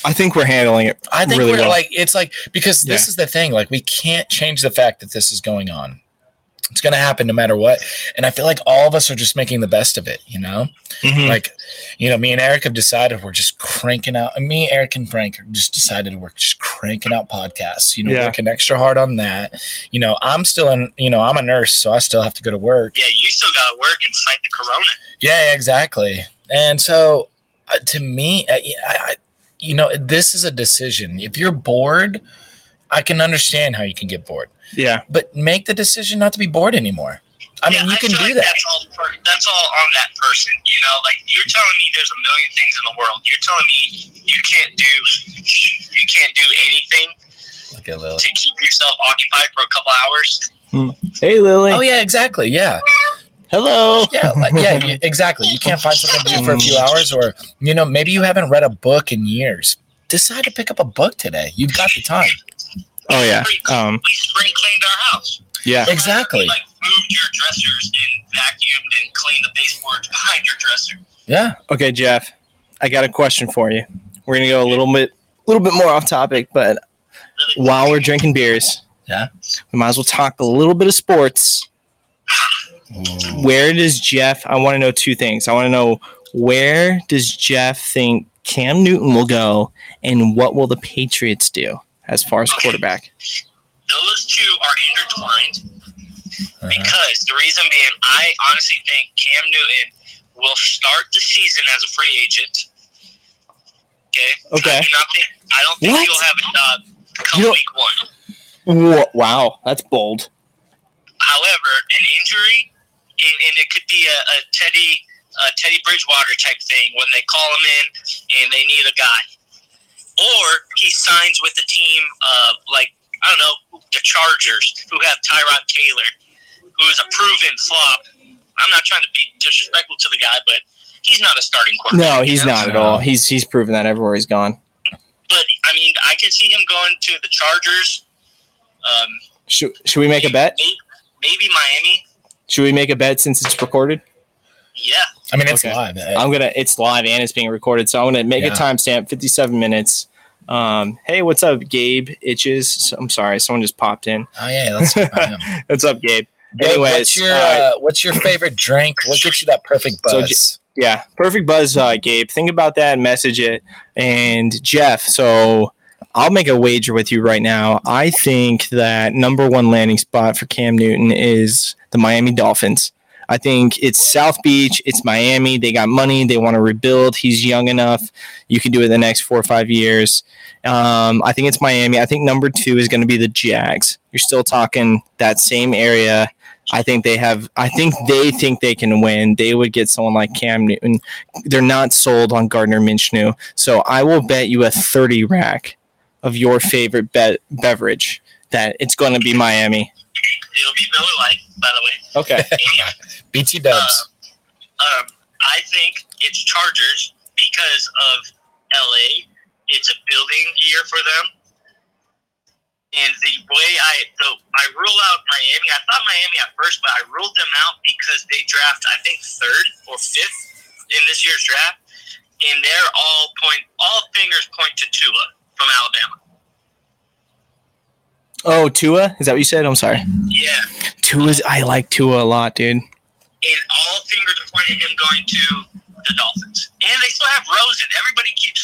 S1: I think we're handling it.
S2: I think
S1: Really
S2: we're
S1: well.
S2: like it's like because this
S1: Yeah.
S2: is the thing like we can't change the fact that this is going on. It's going to happen no matter what. And I feel like all of us are just making the best of it, you know?
S4: Hmm.
S1: Mhm.
S2: Like, you know, me and Eric have decided we're just cranking out. Me, Eric, and Frank have just decided we're just cranking out podcasts. You know,
S1: Yeah.
S2: working extra hard on that. You know, I'm still in. You know, I'm a nurse, so I still have to go to work.
S4: Yeah, you still got to work and fight the corona.
S2: Yeah, exactly. And so, uh, to me, uh, y- I, I- you know, this is a decision. If you're bored, I can understand how you can get bored,
S1: Yeah.
S2: but make the decision not to be bored anymore. I mean,
S4: Yeah,
S2: you can
S4: feel
S2: do
S4: like
S2: that.
S4: That's all, per- that's all on that person. You know, like you're telling me there's a million things in the world. You're telling me you can't do you can't do anything
S2: Look at Lily.
S4: to keep yourself occupied for a couple hours.
S1: Hey, Lily.
S2: Oh yeah, exactly. Yeah,
S1: Hello.
S2: yeah, like, yeah. You, exactly. You can't find something to do for a few hours, or you know, maybe you haven't read a book in years. Decide to pick up a book today. You've got the time.
S1: Oh yeah. Um.
S4: We spring cleaned our house.
S1: Yeah.
S2: Exactly.
S4: Like moved your dressers and vacuumed and cleaned the baseboards behind your dresser.
S2: Yeah.
S1: Okay, Jeff. I got a question for you. We're gonna go a little bit, a little bit more off topic, but
S4: Really-
S1: while we're drinking beers,
S2: Yeah.
S1: we might as well talk a little bit of sports.
S2: Mm.
S1: Where does Jeff? I want to know two things. I want to know where does Jeff think Cam Newton will go, and what will the Patriots do as far as quarterback?
S4: Those two are intertwined.
S2: Uh-huh.
S4: Because the reason being, I honestly think Cam Newton will start the season as a free agent. Okay.
S1: Okay.
S4: I do not think, I don't think
S1: What?
S4: he'll have a job come
S1: You don't-
S4: week one.
S1: Whoa, wow, that's bold.
S4: However, an injury, and, and it could be a, a Teddy a Teddy Bridgewater type thing when they call him in and they need a guy, or he signs with a team of like I don't know the Chargers who have Tyrod Taylor, who is a proven flop. I'm not trying to be disrespectful to the guy, but he's not a starting quarterback.
S1: No,
S4: you
S1: he's
S4: know?
S1: not at all. He's he's proven that everywhere he's gone.
S4: But I mean, I can see him going to the Chargers. Um,
S1: Should should we make a bet?
S4: Maybe, maybe Miami.
S1: Should we make a bet since it's recorded?
S4: Yeah.
S2: I mean, it's
S1: Okay.
S2: live. Uh,
S1: I'm gonna. It's live and it's being recorded, so I'm gonna make
S2: Yeah.
S1: a timestamp, 57 minutes. Um, hey, what's up, Gabe? Itches. So- I'm sorry, someone just popped in.
S2: Oh yeah, let's.
S1: What's up, Gabe?
S2: Babe,
S1: Anyways,
S2: what's your
S1: uh,
S2: uh, what's your favorite drink? What gets you that perfect
S1: So
S2: buzz?
S1: Yeah, perfect buzz, uh, Gabe. Think about that and message it. And Jeff, so I'll make a wager with you right now. I think that number one landing spot for Cam Newton is the Miami Dolphins. I think it's South Beach, it's Miami. They got money, they want to rebuild. He's young enough. You can do it the next four or five years. Um, I think it's Miami. I think number two is going to be the Jags. You're still talking that same area. I think they have. I think they think they can win. They would get someone like Cam Newton. They're not sold on Gardner Minshew, so I will bet you a thirty rack of your favorite bet beverage that it's going to be Miami.
S4: It'll be Miller Lite, by the way.
S1: Okay.
S4: And,
S2: BT Dubs.
S4: um, I think it's Chargers because of LA. It's a building year for them. And the way I the, I rule out Miami, I thought Miami at first, but I ruled them out because they draft I think third or fifth in this year's draft, and they're all point all fingers point to Tua from Alabama.
S1: Oh, Tua, is that what you said? I'm sorry.
S4: Yeah,
S1: Tua's. I like Tua a lot, dude.
S4: and all fingers point at him going to the Dolphins, and they still have Rosen. Everybody keeps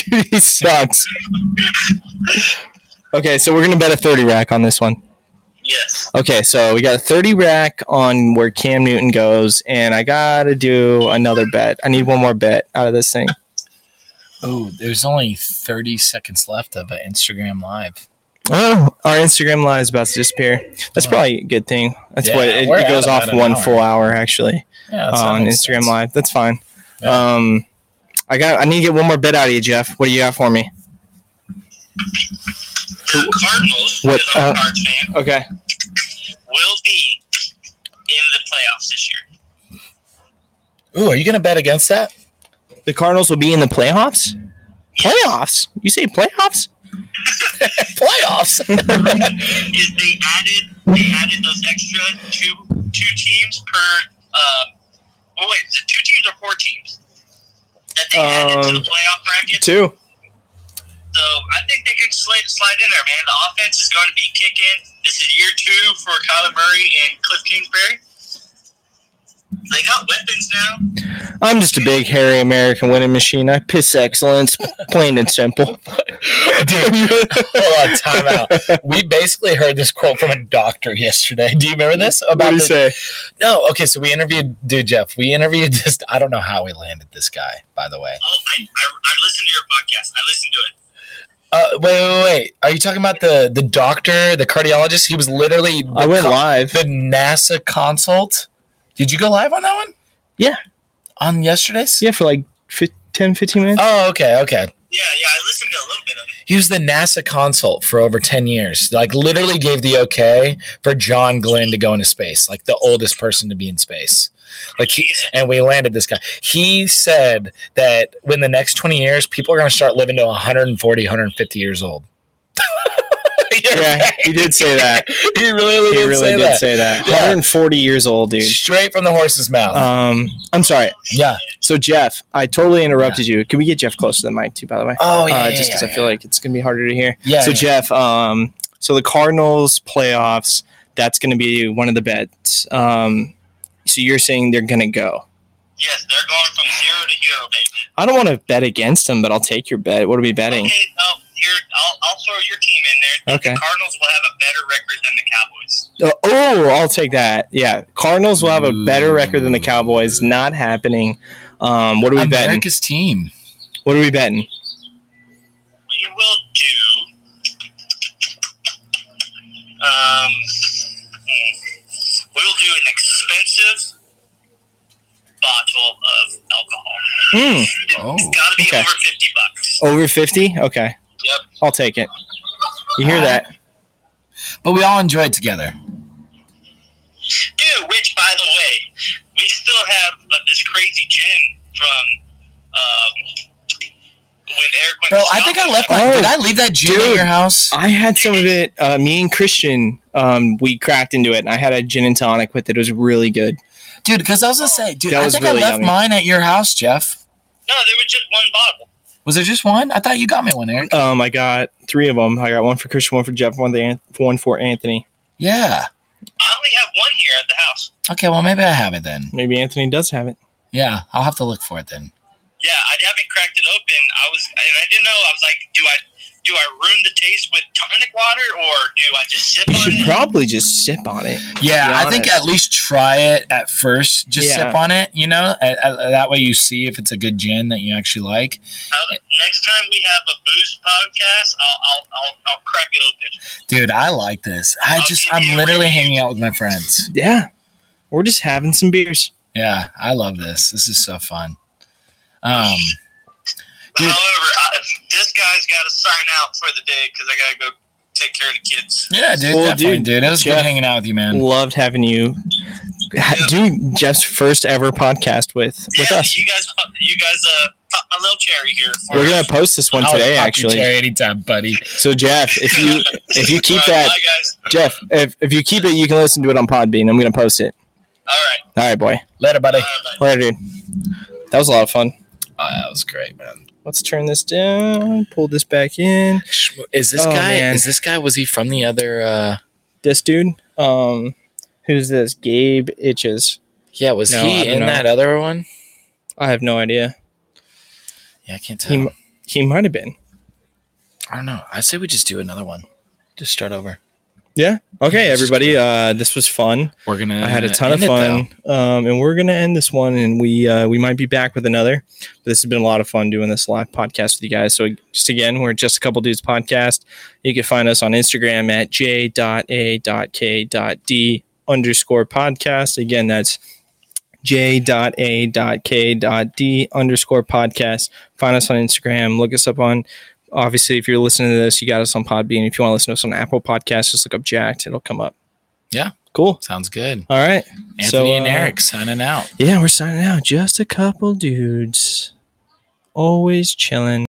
S4: sleeping on Josh Rosen.
S1: Dude, he sucks. Okay, so we're gonna bet a thirty rack on this one.
S4: Yes.
S1: Okay, so we got a thirty rack on where Cam Newton goes, and I gotta do another bet. I need one more bet out of this thing.
S2: Oh, there's only 30 seconds left of an Instagram live.
S1: Oh, our Instagram live is about to disappear. That's probably a good thing. That's
S2: Yeah,
S1: what it,
S2: we're
S1: it goes
S2: at
S1: off
S2: about an
S1: one
S2: hour.
S1: full hour actually
S2: Yeah, that's- that
S1: on
S2: makes
S1: Instagram
S2: sense.
S1: live. That's fine.
S2: Yeah.
S1: Um, I got. I need to get one more bet out of you, Jeff. What do you got for me?
S4: The Cardinals,
S1: What,
S4: because I'm
S1: uh,
S4: a Cards fan,
S1: Okay.
S4: will be in the playoffs this year.
S2: Ooh, are you gonna bet against that?
S1: The Cardinals will be in the playoffs. Playoffs? You say playoffs?
S2: Playoffs.
S4: Is they added they added those extra two two teams per um well wait, is it two teams or four teams? That they added to the
S1: Um,
S4: playoff bracket.
S1: Two.
S4: So I think they could slide, slide in there, man. The offense is going to be kicking. This is year two for Kyler Murray and Cliff Kingsbury. They got weapons now.
S1: I'm just a big hairy American winning machine. I piss excellence, plain and simple.
S2: Dude, hold on, time out. We basically heard this quote from a doctor yesterday. Do you remember this?
S1: What do you
S2: the-
S1: say?
S2: No, okay, so we interviewed dude Jeff. We interviewed this I don't know how we landed this guy, by the way.
S4: Oh, I, I, I listened to your podcast. I listened to it.
S2: Uh wait, wait, wait. Are you talking about the the doctor, the cardiologist? He was literally the,
S1: I went
S2: co-
S1: live.
S2: the NASA consult. Did you go live on that one?
S1: Yeah.
S2: On yesterday's?
S1: Yeah, for like fif- 10, 15 minutes.
S2: Oh, okay, okay.
S4: Yeah, yeah, I listened to a little bit of it.
S2: He was the NASA consult for over 10 years. Like, literally gave the okay for John Glenn to go into space, like the oldest person to be in space. Like, he, and we landed this guy. He said that when the next 20 years, people are going to start living to 140, 150 years old.
S1: Yeah, he Oh, did say that.
S2: He really,
S1: He
S2: did,
S1: really
S2: say,
S1: did
S2: that.
S1: say that.
S2: Yeah.
S1: 140 years old, dude.
S2: Straight from the horse's mouth.
S1: Um, I'm sorry.
S2: yeah.
S1: So Jeff, I totally interrupted you. Can we get Jeff close to the mic too? By the way,
S2: Oh, yeah.
S1: uh,
S2: yeah,
S1: just
S2: yeah,
S1: because I feel like it's gonna be harder to hear.
S2: Yeah,
S1: So
S2: yeah.
S1: Jeff, um, so the Cardinals playoffs. That's gonna be one of the bets. Um, so you're saying they're gonna go.
S4: Yes, they're going from zero to hero, baby.
S1: I don't want to bet against them, but I'll take your bet. What are we betting?
S4: Okay, oh, you're, I'll, I'll throw your team in there.
S1: Okay.
S4: The Cardinals will have a better record than the Cowboys.
S1: Uh, oh, I'll take that. Yeah, Cardinals will have a better record than the
S2: Ooh.
S1: Cowboys. Not happening. Um, what are we betting?
S2: America's team.
S1: What are we betting?
S4: We will do. Um, hmm, we will do an expensive bottle of alcohol.
S1: Hmm,
S2: Oh.
S4: It's got to be
S1: okay.
S4: over 50 bucks.
S1: over fifty. Okay.
S4: Yep.
S1: I'll take it. You hear that?
S2: But we all enjoy it together.
S4: Dude, which, by the way, we still have uh, this crazy gin from um, when Eric went
S2: Bro,
S4: to
S2: I think I
S4: Scotland.
S2: left my.
S1: Oh,
S2: did I leave that gin at
S1: dude.
S2: your house?
S1: I had some of it. Uh, me and Christian, um, we cracked into it, and I had a gin and tonic with it. It was really good.
S2: Dude, because I was going to say, dude,
S1: That
S2: I
S1: was
S2: think
S1: really
S2: I left
S1: yummy.
S2: mine at your house, Jeff.
S4: No, there was just one bottle.
S2: Was there just one? I thought you got me one, Eric.
S1: Um, I got three of them. I got one for Christian, one for Jeff, one for, An- one for Anthony.
S2: Yeah.
S4: I only have one here at the house.
S2: Okay, well, maybe I have it then.
S1: Maybe Anthony does have it.
S2: Yeah, I'll have to look for it then.
S4: Yeah, I haven't cracked it open. I was, and I didn't know. I was like, do I, do I ruin the taste with tonic water, or do I just sip
S1: You
S4: on
S1: should
S4: it?
S1: probably just sip on it.
S2: Yeah,
S1: Be
S2: I think
S1: honest.
S2: at least try it at first. Just
S1: Yeah.
S2: sip on it, you know? A- a- that way you see if it's a good gin that you actually like.
S4: How- next time we have a booze podcast, I'll, I'll, I'll, I'll crack it open.
S2: Dude, I like this. I just, I'm literally hanging out with my friends.
S1: Yeah, we're just having some beers.
S2: Yeah, I love this. This is so fun. Um, Dude.
S4: However, I, this guy's got to sign out for the day because I gotta go take care of the kids.
S2: yeah, dude,
S1: Well,
S2: definitely,
S1: dude,
S2: dude. It was
S1: Jeff-
S2: good hanging out with you, man.
S1: Loved having you. Do Jeff's first ever podcast with with
S4: yeah,
S1: us.
S4: you guys, you guys, uh, pop my little cherry here. For
S1: We're
S4: us.
S1: gonna post this one
S2: I'll
S1: today,
S2: pop your
S1: actually.
S2: cherry anytime, buddy.
S1: So Jeff, if you if you keep
S4: All
S1: that,
S4: right, Bye, guys.
S1: Jeff, if, if you keep it, you can listen to it on Podbean. I'm gonna post it.
S4: All right.
S1: All right, boy.
S2: Later, buddy.
S4: Bye, bye.
S1: Later, dude. That was a lot of fun.
S2: Oh, that was great, man.
S1: Let's turn this down. Pull this back in.
S9: Is this
S1: Oh,
S9: guy?
S1: man.
S9: Is this guy? Was he from the other? uh
S1: This dude, um, who's this? Gabe Itches.
S2: Yeah, was
S1: No, I
S2: he
S1: don't
S2: in
S1: know.
S2: that other one?
S1: I have no idea.
S2: Yeah, I can't tell.
S1: He he might have been.
S2: I don't know. I say we just do another one. Just start over.
S1: Okay,
S2: Yeah,
S1: everybody. Uh, this was fun.
S2: We're gonna.
S1: I had a ton of
S2: end it, though.
S1: fun, um, and we're gonna end this one, and we uh, we might be back with another. But this has been a lot of fun doing this live podcast with you guys. So just again, we're just a couple dudes podcast. You can find us on Instagram at j.a.k.d underscore podcast. Again, that's j.a.k.d underscore podcast. Find us on Instagram. Look us up on. Obviously, if you're listening to this, you got us on Podbean. If you want to listen to us on Apple Podcasts, just look up Jacked. It'll come up.
S2: Yeah.
S1: Cool.
S2: Sounds good.
S1: All right.
S2: Anthony
S1: So,
S2: and
S1: uh,
S2: Eric signing out.
S1: Yeah, we're signing out. Just a couple dudes. Always chilling.